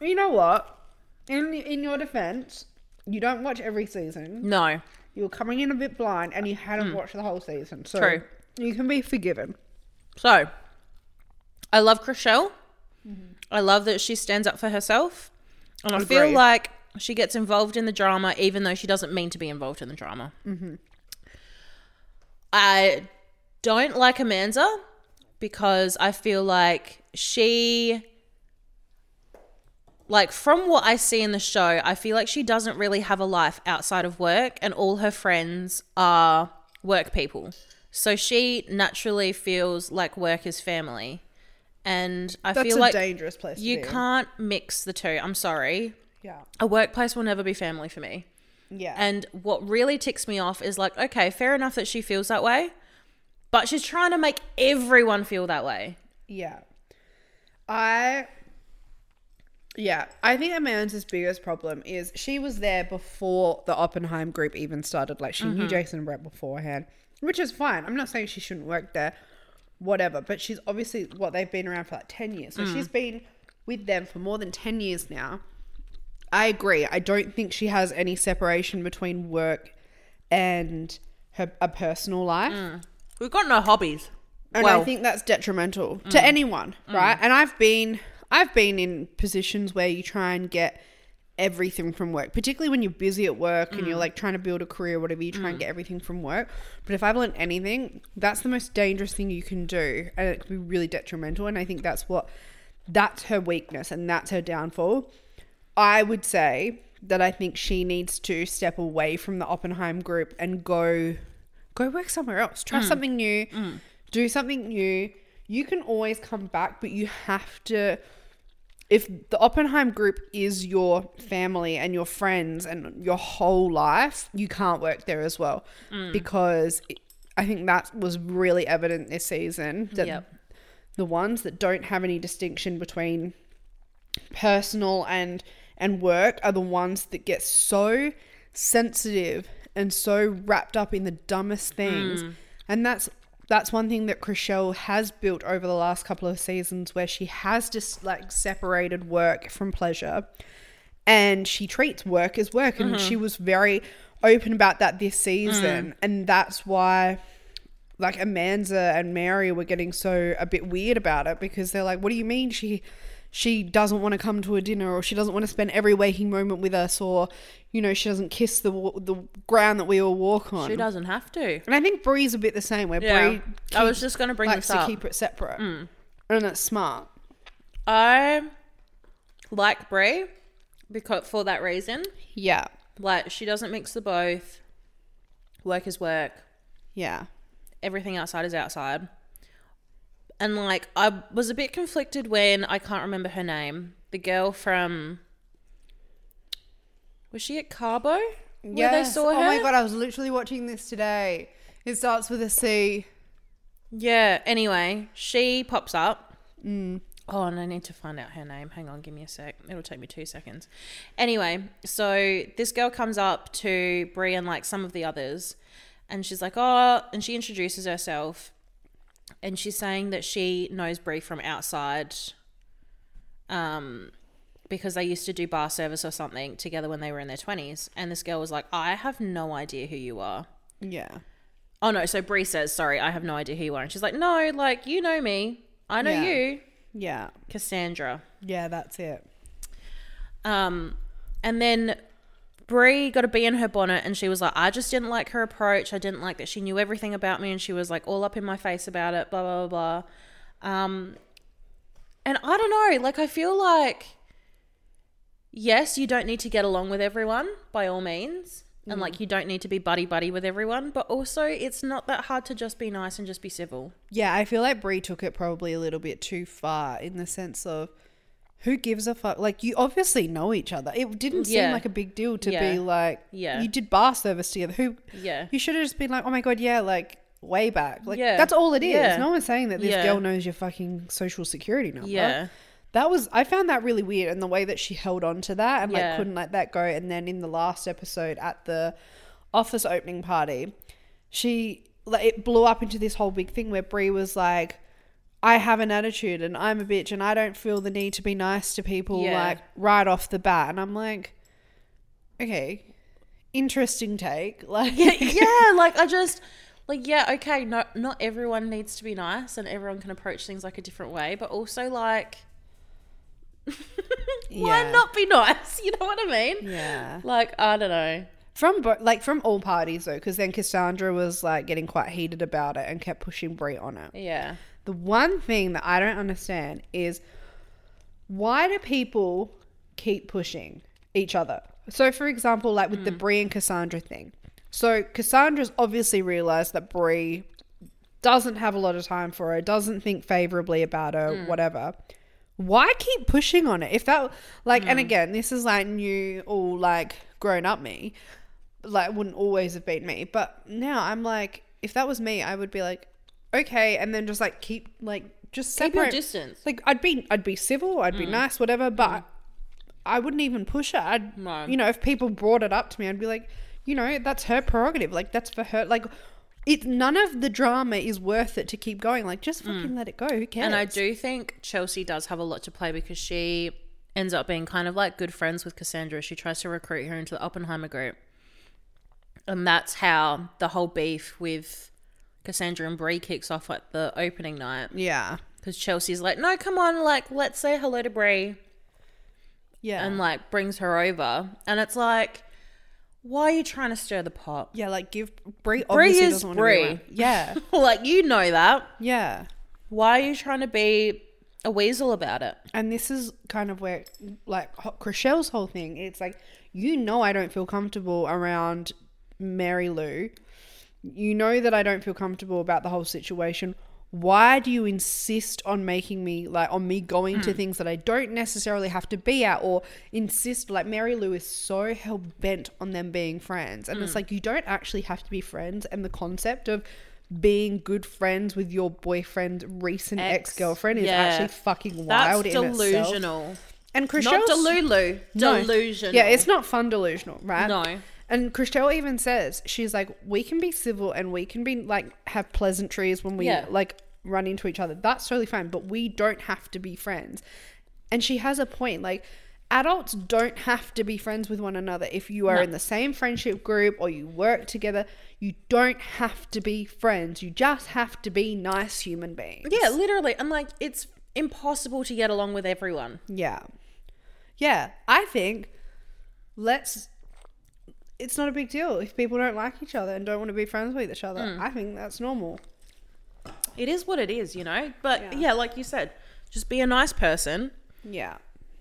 Speaker 2: You know what? In in your defense, you don't watch every season.
Speaker 1: No.
Speaker 2: You're coming in a bit blind, and you hadn't watched the whole season. So
Speaker 1: Hmm. True.
Speaker 2: You can be forgiven.
Speaker 1: So, I love Chriselle. I love that she stands up for herself. And I feel
Speaker 2: Agreed.
Speaker 1: like she gets involved in the drama, even though she doesn't mean to be involved in the drama. I don't like Amanza because I feel like she. Like from what I see in the show, I feel like she doesn't really have a life outside of work, and all her friends are work people. So she naturally feels like work is family, and I
Speaker 2: That's
Speaker 1: feel
Speaker 2: a
Speaker 1: like
Speaker 2: dangerous place.
Speaker 1: you
Speaker 2: to be.
Speaker 1: can't mix the two. I'm sorry.
Speaker 2: Yeah.
Speaker 1: A workplace will never be family for me.
Speaker 2: Yeah.
Speaker 1: And what really ticks me off is like, okay, fair enough that she feels that way, but she's trying to make everyone feel that way.
Speaker 2: yeah. I. Yeah, I think Amanda's biggest problem is she was there before the Oppenheim group even started. Like she knew Jason Brett beforehand, which is fine. I'm not saying she shouldn't work there, whatever. But she's obviously what they've been around for like ten years, so she's been with them for more than ten years now. I agree. I don't think she has any separation between work and her a personal life.
Speaker 1: We've got no hobbies.
Speaker 2: and I
Speaker 1: Well-
Speaker 2: think that's detrimental to anyone, right? And I've been I've been in positions where you try and get everything from work, particularly when you're busy at work and you're like trying to build a career, or whatever. You try and get everything from work, but if I've learned anything, that's the most dangerous thing you can do, and it can be really detrimental. And I think that's what that's her weakness and that's her downfall. I would say that I think she needs to step away from the Oppenheim group and go go work somewhere else. Try something new. Do something new. You can always come back, but you have to if the Oppenheim group is your family and your friends and your whole life, you can't work there as well because it, I think that was really evident this season that
Speaker 1: Yep.
Speaker 2: the ones that don't have any distinction between personal and and work are the ones that get so sensitive and so wrapped up in the dumbest things and that's that's one thing that Chriselle has built over the last couple of seasons where she has just like separated work from pleasure and she treats work as work and she was very open about that this season and that's why like Amanda and Mary were getting so a bit weird about it because they're like, "What do you mean she she doesn't want to come to a dinner or she doesn't want to spend every waking moment with us or you know she doesn't kiss the wa- the ground that we all walk on."
Speaker 1: Who doesn't have to?
Speaker 2: And I think Bree's a bit the same where
Speaker 1: Yeah.
Speaker 2: Bree
Speaker 1: I was just gonna bring
Speaker 2: likes
Speaker 1: this
Speaker 2: to
Speaker 1: up. Mm.
Speaker 2: keep it separate, and that's smart.
Speaker 1: I like Brie because for that reason.
Speaker 2: Yeah,
Speaker 1: Like she doesn't mix the both. Work is work.
Speaker 2: yeah,
Speaker 1: Everything outside is outside. And like I was a bit conflicted when I can't remember her name. The girl from was she at Carbo? Yeah, they
Speaker 2: Yes.
Speaker 1: saw her.
Speaker 2: Oh my god, I was literally watching this today. It starts with a C.
Speaker 1: Yeah. Anyway, she pops up. Oh, and I need to find out her name. Hang on, give me a sec. It'll take me two seconds. Anyway, so this girl comes up to Brie and like some of the others, and she's like, "Oh," and she introduces herself, and she's saying that she knows Brie from outside, um, because they used to do bar service or something together when they were in their twenties. And this girl was like, "I have no idea who you are."
Speaker 2: Yeah,
Speaker 1: Oh no, so Bree says, sorry, I have no idea who you are. And she's like, no, like, you know me. I know
Speaker 2: Yeah.
Speaker 1: you.
Speaker 2: yeah,
Speaker 1: Cassandra.
Speaker 2: yeah. That's it.
Speaker 1: Um, and then Bree got a bee in her bonnet and she was like, I just didn't like her approach. I didn't like that she knew everything about me and she was like all up in my face about it, blah, blah, blah, blah. Um, and I don't know, like, I feel like, yes, you don't need to get along with everyone by all means. And like, you don't need to be buddy buddy with everyone, but also it's not that hard to just be nice and just be civil.
Speaker 2: Yeah, I feel like Brie took it probably a little bit too far in the sense of who gives a fuck? Like you obviously know each other. It didn't seem
Speaker 1: Yeah.
Speaker 2: like a big deal to
Speaker 1: Yeah.
Speaker 2: be like
Speaker 1: Yeah.
Speaker 2: you did bar service together. Who
Speaker 1: Yeah.
Speaker 2: you should have just been like, Oh my god, yeah, like way back. Like
Speaker 1: Yeah.
Speaker 2: that's all it is.
Speaker 1: Yeah.
Speaker 2: No one's saying that this
Speaker 1: Yeah.
Speaker 2: girl knows your fucking social security number.
Speaker 1: Yeah.
Speaker 2: That was I found that really weird and the way that she held on to that and like
Speaker 1: Yeah.
Speaker 2: couldn't let that go and then in the last episode at the office opening party, she like it blew up into this whole big thing where Brie was like I have an attitude and I'm a bitch and I don't feel the need to be nice to people
Speaker 1: Yeah.
Speaker 2: like right off the bat and I'm like okay, interesting take. Like
Speaker 1: yeah, like I just like yeah, okay, no not everyone needs to be nice and everyone can approach things like a different way, but also like why
Speaker 2: Yeah.
Speaker 1: not be nice? You know what I mean?
Speaker 2: yeah.
Speaker 1: Like, I don't know.
Speaker 2: from bo- like from all parties though because then cassandra was like getting quite heated about it and kept pushing brie on it
Speaker 1: Yeah.
Speaker 2: the one thing that i don't understand is why do people keep pushing each other so for example like with the
Speaker 1: Hmm.
Speaker 2: brie and cassandra thing so cassandra's obviously realized that brie doesn't have a lot of time for her doesn't think favorably about her
Speaker 1: Hmm.
Speaker 2: whatever why keep pushing on it if that like and
Speaker 1: Hmm.
Speaker 2: again this is like new all like grown up me like wouldn't always have been me but now i'm like if that was me i would be like okay and then just like keep like just
Speaker 1: Keep your
Speaker 2: separate
Speaker 1: distance.
Speaker 2: like i'd be i'd be civil i'd
Speaker 1: Mm.
Speaker 2: be nice whatever but i wouldn't even push it i'd
Speaker 1: No.
Speaker 2: you know if people brought it up to me i'd be like you know that's her prerogative like that's for her like it none of the drama is worth it to keep going like just fucking let it go who cares
Speaker 1: Mm. And I do think Chelsea does have a lot to play because she ends up being kind of like good friends with Cassandra. She tries to recruit her into the Oppenheimer group. And that's how the whole beef with Cassandra and Brie kicks off at the opening night.
Speaker 2: yeah
Speaker 1: Because Chelsea's like, no, come on, like, let's say hello to Brie.
Speaker 2: yeah
Speaker 1: And, like, brings her over. And it's like, why are you trying to stir the pot?
Speaker 2: yeah like give brie obviously
Speaker 1: is
Speaker 2: doesn't want to be
Speaker 1: Brie.
Speaker 2: around. yeah
Speaker 1: like, you know that.
Speaker 2: yeah
Speaker 1: Why are you trying to be a weasel about it?
Speaker 2: and this is kind of where like ho- Chriselle's whole thing it's like you know I don't feel comfortable around Mary Lou you know that I don't feel comfortable about the whole situation why do you insist on making me like on me going
Speaker 1: Hmm.
Speaker 2: to things that I don't necessarily have to be at or insist like Mary Lou is so hell bent on them being friends and
Speaker 1: Hmm.
Speaker 2: it's like you don't actually have to be friends and the concept of being good friends with your boyfriend recent
Speaker 1: Ex,
Speaker 2: ex girlfriend is
Speaker 1: yeah.
Speaker 2: actually fucking
Speaker 1: That's
Speaker 2: wild in itself.
Speaker 1: delusional.
Speaker 2: And
Speaker 1: Not
Speaker 2: Christelle's
Speaker 1: delulu.
Speaker 2: no.
Speaker 1: Delusional.
Speaker 2: Yeah, it's not fun delusional, right?
Speaker 1: No.
Speaker 2: And Christelle even says she's like, we can be civil and we can be like have pleasantries when we
Speaker 1: Yeah.
Speaker 2: like run into each other. That's totally fine, but we don't have to be friends. And she has a point. Like adults don't have to be friends with one another. If you are
Speaker 1: No.
Speaker 2: in the same friendship group or you work together, you don't have to be friends. You just have to be nice human beings.
Speaker 1: Yeah, literally. And like, it's impossible to get along with everyone.
Speaker 2: Yeah. Yeah. I think let's it's not a big deal if people don't like each other and don't want to be friends with each other.
Speaker 1: Mm.
Speaker 2: I think that's normal.
Speaker 1: It is what it is, you know? But
Speaker 2: Yeah.
Speaker 1: yeah. like you said, just be a nice person.
Speaker 2: Yeah.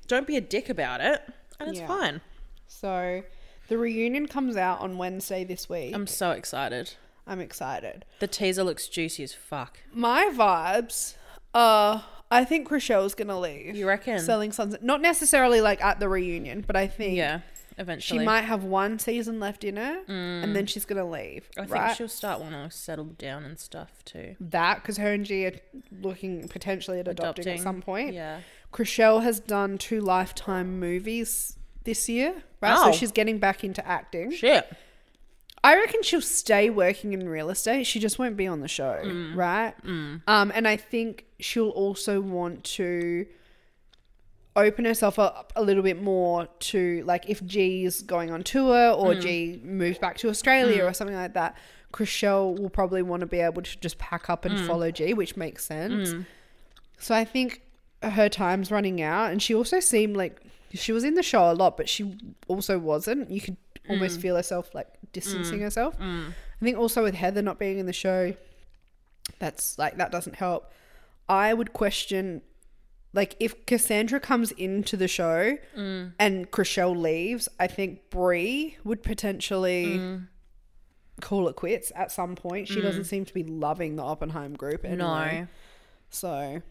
Speaker 1: Don't be a dick about it. And it's
Speaker 2: Yeah.
Speaker 1: fine.
Speaker 2: So the reunion comes out on Wednesday this week. I'm,
Speaker 1: I'm so excited.
Speaker 2: excited.
Speaker 1: The teaser looks juicy as fuck.
Speaker 2: My vibes are I think Rochelle's gonna leave.
Speaker 1: You reckon?
Speaker 2: Selling Sunset. Not necessarily like at the reunion, but I think
Speaker 1: yeah,
Speaker 2: she
Speaker 1: eventually.
Speaker 2: might have one season left in her and then she's gonna leave.
Speaker 1: Mm. I think
Speaker 2: right?
Speaker 1: she'll start when I settle down and stuff too.
Speaker 2: that because her and G are looking potentially at adopting, at some point.
Speaker 1: Yeah.
Speaker 2: Chriselle has done two lifetime movies this year, right?
Speaker 1: Oh.
Speaker 2: So she's getting back into acting.
Speaker 1: Shit.
Speaker 2: I reckon she'll stay working in real estate. She just won't be on the show, right? Um, and I think she'll also want to open herself up a little bit more to like if G's going on tour or G moves back to Australia or something like that. Chriselle will probably want to be able to just pack up and follow G, which makes sense. So I think her time's running out, and she also seemed like she was in the show a lot, but she also wasn't. You could almost feel herself like distancing herself. I think also with Heather not being in the show, that's like that doesn't help. I would question. Like if Cassandra comes into the show and Chriselle leaves, I think Brie would potentially call it quits at some point. She doesn't seem to be loving the Oppenheim group anyway.
Speaker 1: No.
Speaker 2: So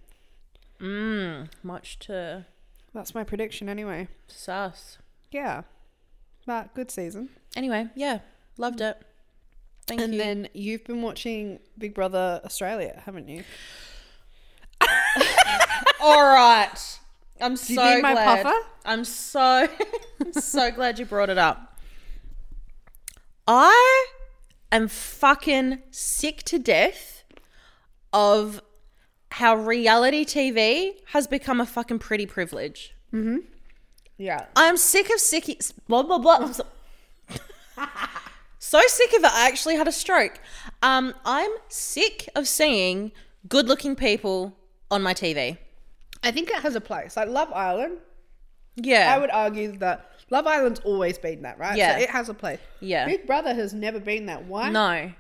Speaker 1: Mm, much to
Speaker 2: That's my prediction anyway.
Speaker 1: sus.
Speaker 2: Yeah. But good season.
Speaker 1: Anyway, yeah, loved it. Thank
Speaker 2: and
Speaker 1: you.
Speaker 2: then you've been watching Big Brother Australia, haven't you?
Speaker 1: All right. I'm
Speaker 2: you
Speaker 1: so
Speaker 2: need my
Speaker 1: glad.
Speaker 2: puffer?
Speaker 1: I'm so I'm so glad you brought it up. I am fucking sick to death of how reality TV has become a fucking pretty privilege.
Speaker 2: Yeah.
Speaker 1: I'm sick of sicky blah blah blah. I'm so- so sick of it. I actually had a stroke. Um, I'm sick of seeing good-looking people on my TV.
Speaker 2: I think it has a place. Like Love Island,
Speaker 1: Yeah,
Speaker 2: I would argue that Love Island's always been that, right?
Speaker 1: Yeah.
Speaker 2: So it has a place.
Speaker 1: Yeah.
Speaker 2: Big Brother has never been that. Why?
Speaker 1: no.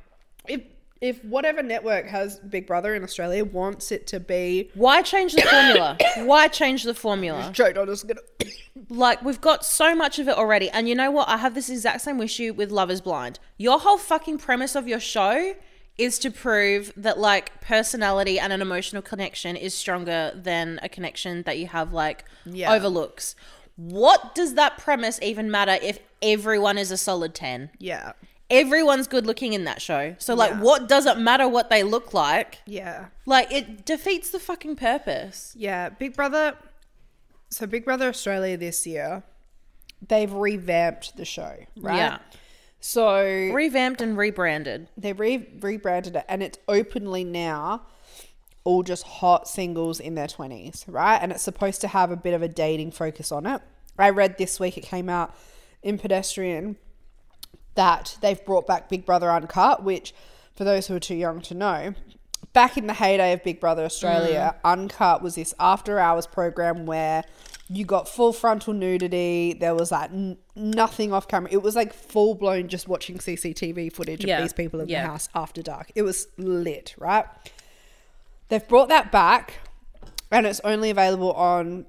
Speaker 2: If if whatever network has Big Brother in Australia wants it to be
Speaker 1: Why change the formula? Why change the formula?
Speaker 2: Joe Donna's gonna
Speaker 1: Like we've got so much of it already, and you know what? I have this exact same issue with Love Is Blind. Your whole fucking premise of your show is to prove that like personality and an emotional connection is stronger than a connection that you have like
Speaker 2: Yeah.
Speaker 1: overlooks. What does that premise even matter if everyone is a solid 10?
Speaker 2: Yeah.
Speaker 1: Everyone's good looking in that show. So like
Speaker 2: Yeah.
Speaker 1: what does it matter what they look like?
Speaker 2: Yeah.
Speaker 1: Like it defeats the fucking purpose.
Speaker 2: Yeah, Big Brother. So Big Brother Australia this year, they've revamped the show, right?
Speaker 1: Yeah.
Speaker 2: So
Speaker 1: revamped and rebranded.
Speaker 2: they re- rebranded it, and it's openly now all just hot singles in their twenties, right? And it's supposed to have a bit of a dating focus on it. I read this week it came out in Pedestrian that they've brought back Big Brother Uncut, which, for those who are too young to know, back in the heyday of Big Brother Australia,
Speaker 1: Mm.
Speaker 2: Uncut was this after hours program where you got full frontal nudity. There was like n- nothing off camera. It was like full blown just watching CCTV footage of
Speaker 1: Yeah.
Speaker 2: these people in
Speaker 1: Yeah.
Speaker 2: the house after dark. It was lit, right? They've brought that back and it's only available on.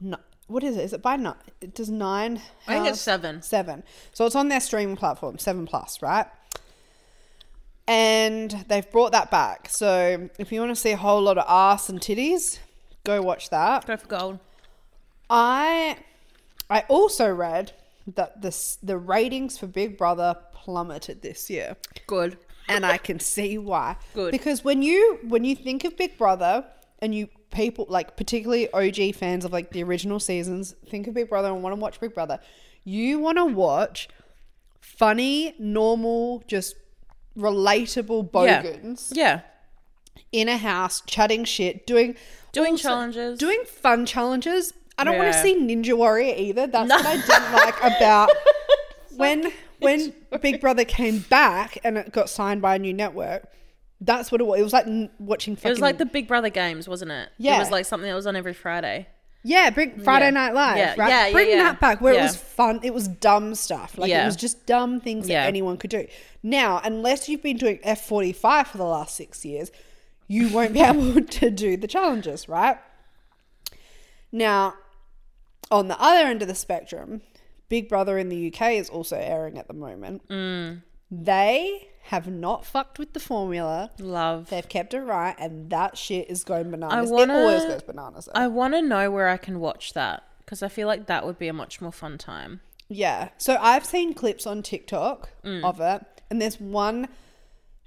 Speaker 2: No, what is it? Is it by nine? Does nine?
Speaker 1: I think
Speaker 2: have-
Speaker 1: it's seven.
Speaker 2: Seven. So it's on their streaming platform, Seven Plus, right? And they've brought that back. So if you want to see a whole lot of ass and titties, go watch that.
Speaker 1: Go for gold.
Speaker 2: I I also read that this the ratings for Big Brother plummeted this year.
Speaker 1: Good.
Speaker 2: And I can see why.
Speaker 1: Good.
Speaker 2: Because when you when you think of Big Brother and you people like particularly OG fans of like the original seasons think of Big Brother and want to watch Big Brother, you want to watch funny, normal, just relatable
Speaker 1: Yeah.
Speaker 2: bogans
Speaker 1: Yeah.
Speaker 2: in a house chatting shit, doing
Speaker 1: Doing
Speaker 2: also-
Speaker 1: challenges.
Speaker 2: doing fun challenges. I don't want to
Speaker 1: Yeah.
Speaker 2: see Ninja Warrior either. That's what I didn't like about when when Big Brother came back and it got signed by a new network. That's what it was. It was like n- watching
Speaker 1: It
Speaker 2: fucking
Speaker 1: was like the Big Brother games, wasn't it?
Speaker 2: Yeah.
Speaker 1: It was like something that was on every Friday.
Speaker 2: yeah, bring Friday
Speaker 1: Yeah.
Speaker 2: Night Live.
Speaker 1: Yeah,
Speaker 2: Right?
Speaker 1: yeah, yeah,
Speaker 2: bring
Speaker 1: yeah.
Speaker 2: that back where it
Speaker 1: Yeah.
Speaker 2: was fun. It was dumb stuff. Like it
Speaker 1: Yeah.
Speaker 2: was just dumb things
Speaker 1: Yeah.
Speaker 2: that anyone could do. Now, unless you've been doing F forty five for the last six years, you won't be able to do the challenges, right? Now, on the other end of the spectrum, Big Brother in the UK is also airing at the moment.
Speaker 1: Mm.
Speaker 2: They have not fucked with the formula.
Speaker 1: Love.
Speaker 2: They've kept it right, and that shit is going bananas.
Speaker 1: wanna-
Speaker 2: It always goes bananas. though.
Speaker 1: I want to know where I can watch that because I feel like that would be a much more fun time.
Speaker 2: Yeah. So I've seen clips on TikTok of it, and there's one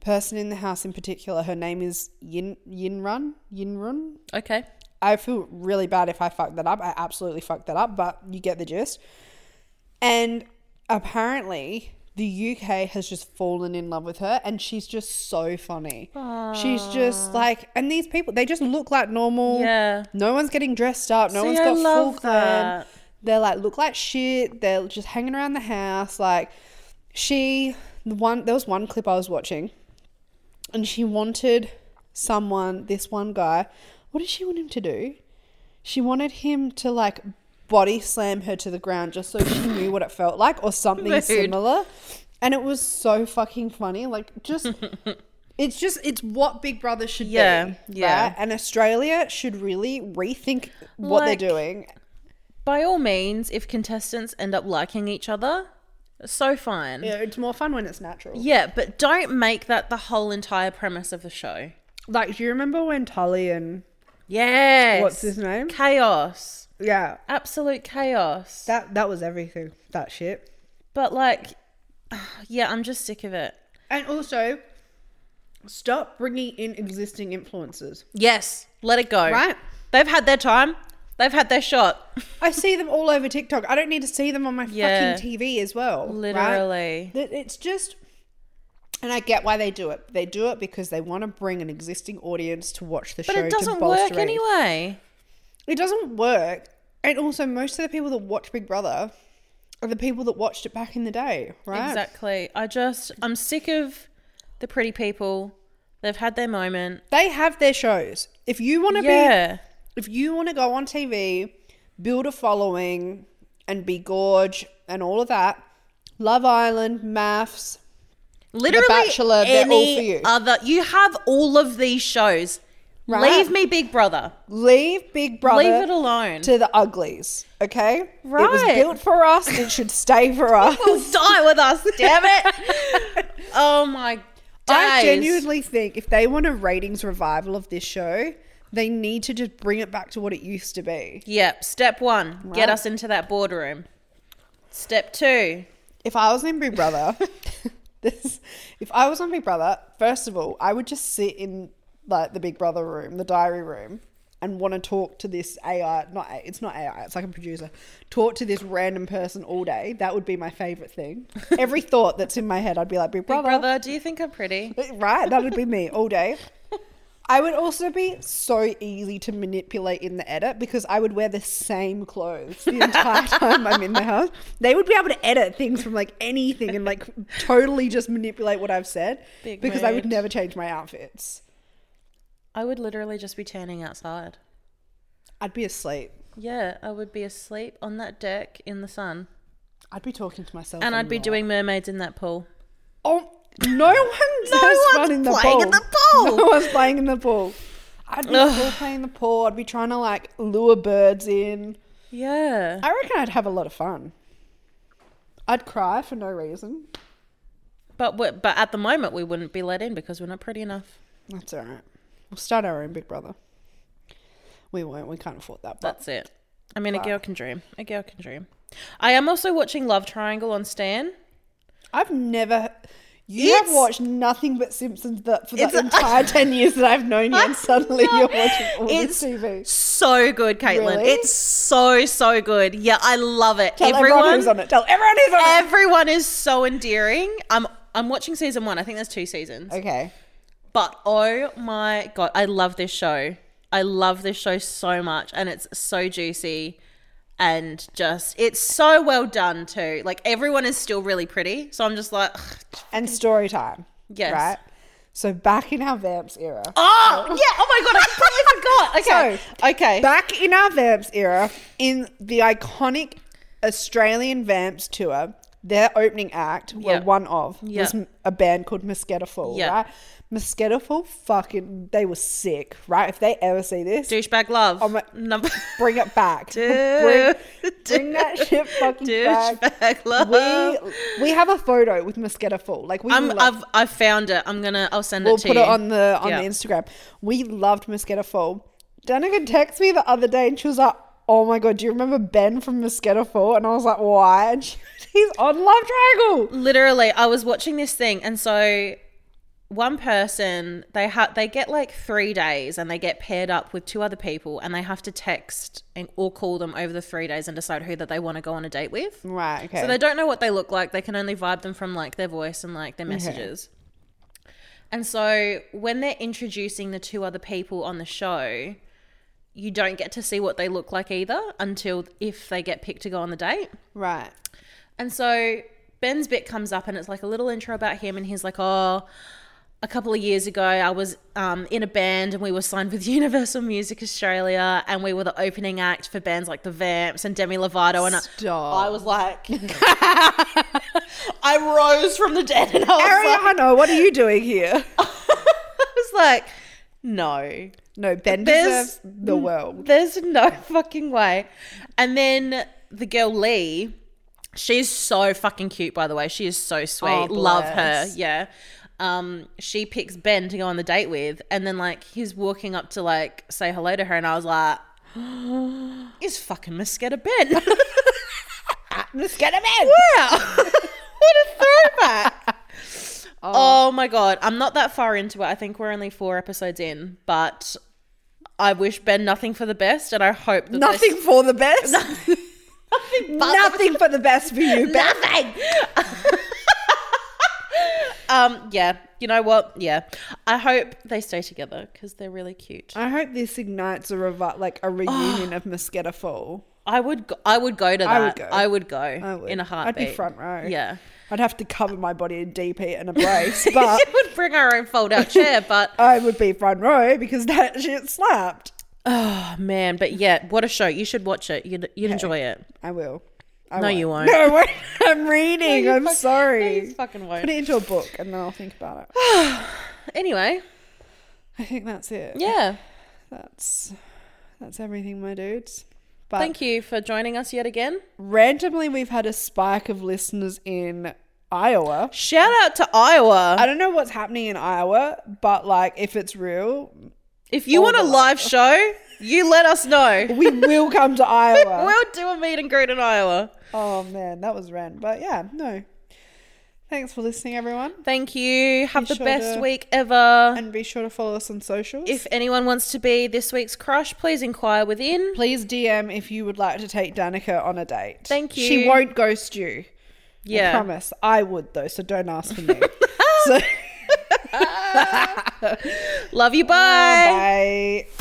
Speaker 2: person in the house in particular. Her name is Yin Yinrun Yinrun.
Speaker 1: Okay.
Speaker 2: I feel really bad if I fuck that up. I absolutely fucked that up, but you get the gist. And apparently, the UK has just fallen in love with her, and she's just so funny. She's just like, and these people, they just look like normal.
Speaker 1: Yeah.
Speaker 2: No one's getting dressed up. No
Speaker 1: See,
Speaker 2: one's
Speaker 1: I
Speaker 2: got full
Speaker 1: love
Speaker 2: glam.
Speaker 1: that.
Speaker 2: They like look like shit. They're just hanging around the house. Like she, the one there was one clip I was watching, and she wanted someone. This one guy. What did she want him to do? She wanted him to like body slam her to the ground just so she knew what it felt like or something
Speaker 1: Rude.
Speaker 2: similar. And it was so fucking funny. Like just it's just it's what Big Brother should
Speaker 1: Yeah,
Speaker 2: be.
Speaker 1: yeah.
Speaker 2: right? And Australia should really rethink what
Speaker 1: Like-
Speaker 2: they're doing.
Speaker 1: By all means, if contestants end up liking each other, so fine.
Speaker 2: Yeah, It's more fun when it's natural.
Speaker 1: Yeah, but don't make that the whole entire premise of the show.
Speaker 2: Like, do you remember when Tully and
Speaker 1: Yes.
Speaker 2: What's his name?
Speaker 1: Chaos.
Speaker 2: yeah,
Speaker 1: Absolute chaos.
Speaker 2: that that was everything. That shit.
Speaker 1: but like, yeah, I'm just sick of it.
Speaker 2: And also, stop bringing in existing influencers.
Speaker 1: Yes, let it go.
Speaker 2: Right.
Speaker 1: They've had their time. They've had their shot.
Speaker 2: I see them all over TikTok. I don't need to see them on my
Speaker 1: Yeah.
Speaker 2: fucking TV as well. right?
Speaker 1: Literally.
Speaker 2: That It's just, and I get why they do it. They do it because they want to bring an existing audience to watch the
Speaker 1: But
Speaker 2: show.
Speaker 1: it
Speaker 2: to
Speaker 1: doesn't work
Speaker 2: bolster it.
Speaker 1: anyway.
Speaker 2: It doesn't work. And also, most of the people that watch Big Brother are the people that watched it back in the day, right?
Speaker 1: Exactly. I just I'm sick of the pretty people. They've had their moment.
Speaker 2: They have their shows. If you want to be,
Speaker 1: Yeah.
Speaker 2: if you want to go on TV, build a following, and be gorge and all of that, Love Island, Maths,
Speaker 1: Literally
Speaker 2: Bachelor, they're all for
Speaker 1: any
Speaker 2: you.
Speaker 1: other you have all of these shows.
Speaker 2: Right.
Speaker 1: Leave me Big Brother.
Speaker 2: leave Big Brother.
Speaker 1: Leave it alone.
Speaker 2: to the uglies. Okay, It was
Speaker 1: Right.
Speaker 2: built for us. It should stay for us.
Speaker 1: Die with us, damn it. oh my days.
Speaker 2: I genuinely think if they want a ratings revival of this show, they need to just bring it back to what it used to be.
Speaker 1: Yep. Step one,
Speaker 2: Right.
Speaker 1: get us into that boardroom. Step two.
Speaker 2: If I was in Big Brother, this if I was on Big Brother, first of all, I would just sit in like the Big Brother room, the diary room, and want to talk to this AI. Not A- it's not AI. It's like a producer. Talk to this random person all day. That would be my favorite thing. Every thought that's in my head, I'd be like, Big
Speaker 1: Big
Speaker 2: Brother,
Speaker 1: brother, do you think I'm pretty?
Speaker 2: Right? That would be me all day. I would also be so easy to manipulate in the edit because I would wear the same clothes the entire time I'm in the house. They would be able to edit things from like anything and like totally just manipulate what I've said
Speaker 1: Big
Speaker 2: because I would
Speaker 1: mood.
Speaker 2: never change my outfits.
Speaker 1: I would literally just be tanning outside.
Speaker 2: I'd be asleep.
Speaker 1: Yeah, I would be asleep on that deck in the sun.
Speaker 2: I'd be talking to myself.
Speaker 1: And
Speaker 2: on
Speaker 1: I'd be
Speaker 2: the-
Speaker 1: doing mermaids in that pool.
Speaker 2: Oh, no one's,
Speaker 1: No
Speaker 2: has
Speaker 1: one's
Speaker 2: fun in the
Speaker 1: playing
Speaker 2: pool.
Speaker 1: in the pool.
Speaker 2: No one's playing in the pool. I'd be
Speaker 1: Ugh.
Speaker 2: still playing in the pool. I'd be trying to like lure birds in.
Speaker 1: Yeah.
Speaker 2: I reckon I'd have a lot of fun. I'd cry for no reason.
Speaker 1: But we but at the moment we wouldn't be let in because we're not pretty enough.
Speaker 2: That's all right. We'll start our own Big Brother. We won't. We can't afford that. But
Speaker 1: That's it. I mean, a girl can dream. A girl can dream. I am also watching Love Triangle on Stan.
Speaker 2: I've never. You
Speaker 1: It's-
Speaker 2: have watched nothing but Simpsons the, for the
Speaker 1: It's a-
Speaker 2: entire ten years that I've known you, and suddenly
Speaker 1: No,
Speaker 2: you're watching all
Speaker 1: it's
Speaker 2: this TV.
Speaker 1: So good, Caitlin.
Speaker 2: Really?
Speaker 1: It's so so good. Yeah, I love it.
Speaker 2: Tell everyone, who's on it. Tell everyone who's on
Speaker 1: everyone is so endearing. I'm I'm watching season one. I think there's two seasons.
Speaker 2: it. Okay.
Speaker 1: But oh my god, I love this show. I love this show so much, and it's so juicy, and just it's so well done too. Like everyone is still really pretty, so I'm just like,
Speaker 2: And story time.
Speaker 1: Yes.
Speaker 2: Right. So back in our vamps era.
Speaker 1: oh yeah, oh my god, I completely forgot. Okay, okay,
Speaker 2: Back in our Vamps era, in the iconic Australian Vamps tour, their opening act, were
Speaker 1: Yep.
Speaker 2: one of,
Speaker 1: Yep.
Speaker 2: was a band called Mosquito Fall,
Speaker 1: Yep.
Speaker 2: right? Mosquito Fall fucking, they were sick, right? If they ever see this,
Speaker 1: douchebag love.
Speaker 2: Oh my-
Speaker 1: number.
Speaker 2: bring it back. bring,
Speaker 1: Dude.
Speaker 2: bring that shit fucking back.
Speaker 1: douchebag love.
Speaker 2: We, we have a photo with Mosquito Fall. Like, we
Speaker 1: I'm,
Speaker 2: love-
Speaker 1: I've I found it. I'm gonna. I'll send
Speaker 2: We'll
Speaker 1: it to
Speaker 2: put
Speaker 1: you.
Speaker 2: it on the on
Speaker 1: Yeah.
Speaker 2: the Instagram. We loved Mosquito Fall. Danica texted me the other day and she was like, "Oh my god, do you remember Ben from Mosquito Fall?" And I was like, "Why?" And she, he's on Love Triangle.
Speaker 1: literally i was watching this thing and so one person they ha- they get like three days and they get paired up with two other people and they have to text and or call them over the three days and decide who that they want to go on a date with
Speaker 2: Right. Okay.
Speaker 1: so they don't know what they look like they can only vibe them from like their voice and like their messages and so when they're introducing the two other people on the show you don't get to see what they look like either until if they get picked to go on the date
Speaker 2: right.
Speaker 1: and so Ben's bit comes up and it's like a little intro about him and he's like, "Oh, a couple of years ago I was um, in a band and we were signed with Universal Music Australia and we were the opening act for bands like the Vamps and Demi Lovato and I-
Speaker 2: Stop.
Speaker 1: I was like I rose from the dead and I was like,
Speaker 2: Ariana, what are you doing here?
Speaker 1: I was like no.
Speaker 2: No, Ben
Speaker 1: There's-
Speaker 2: deserves the world.
Speaker 1: There's no fucking way. And then the girl Lee, she's so fucking cute, by the way. She is so sweet.
Speaker 2: Oh,
Speaker 1: Love her.
Speaker 2: bless.
Speaker 1: Yeah. Um, she picks Ben to go on the date with, and then like he's walking up to like say hello to her, and I was like, "Is fucking Mosquito Ben?"
Speaker 2: Mosquito Ben.
Speaker 1: wow, what a throwback! oh. my god, I'm not that far into it. I think we're only four episodes in, but I wish Ben nothing for the best, and I hope that they
Speaker 2: Nothing for the best.
Speaker 1: Nothing.
Speaker 2: Nothing for the best for you, Ben.
Speaker 1: Um. Yeah. You know what? Yeah. I hope they stay together because they're really cute.
Speaker 2: I hope this ignites a revi- like a reunion of Mosquito Fall.
Speaker 1: I would. Go, I would go to that.
Speaker 2: I
Speaker 1: I
Speaker 2: would
Speaker 1: would
Speaker 2: go.
Speaker 1: go.
Speaker 2: I would.
Speaker 1: in a
Speaker 2: I'd
Speaker 1: heartbeat.
Speaker 2: be front row.
Speaker 1: Yeah.
Speaker 2: I'd have to cover my body in DP and a brace, but
Speaker 1: She would bring her own fold-out chair, but
Speaker 2: I would be front row because that shit slapped.
Speaker 1: oh man, but yeah, what a show! You should watch it. You'd, you'd enjoy it.
Speaker 2: I will. I
Speaker 1: No, you won't.
Speaker 2: No, I won't. I'm reading.
Speaker 1: you
Speaker 2: I'm
Speaker 1: fuck-
Speaker 2: sorry.
Speaker 1: no, you fucking won't.
Speaker 2: Put it into a book and then I'll think about it.
Speaker 1: Anyway,
Speaker 2: I think that's it.
Speaker 1: yeah.
Speaker 2: That's that's everything, my dudes. But
Speaker 1: Thank you for joining us yet again.
Speaker 2: randomly, we've had a spike of listeners in Iowa.
Speaker 1: Shout out to Iowa.
Speaker 2: I don't know what's happening in Iowa, but like if it's real,
Speaker 1: if you want a live show, you let us know.
Speaker 2: we will come to Iowa.
Speaker 1: We'll do a meet and greet in Iowa.
Speaker 2: Oh man, that was random. But yeah, no. Thanks for listening, everyone.
Speaker 1: Thank you. Have the
Speaker 2: sure
Speaker 1: best
Speaker 2: do.
Speaker 1: week ever.
Speaker 2: And be sure to follow us on socials.
Speaker 1: If anyone wants to be this week's crush, please inquire within.
Speaker 2: Please DM if you would like to take Danica on a date.
Speaker 1: Thank
Speaker 2: She
Speaker 1: you.
Speaker 2: won't ghost you. I
Speaker 1: Yeah.
Speaker 2: promise. I would though, so don't ask for me. so
Speaker 1: Love you. Bye.
Speaker 2: bye.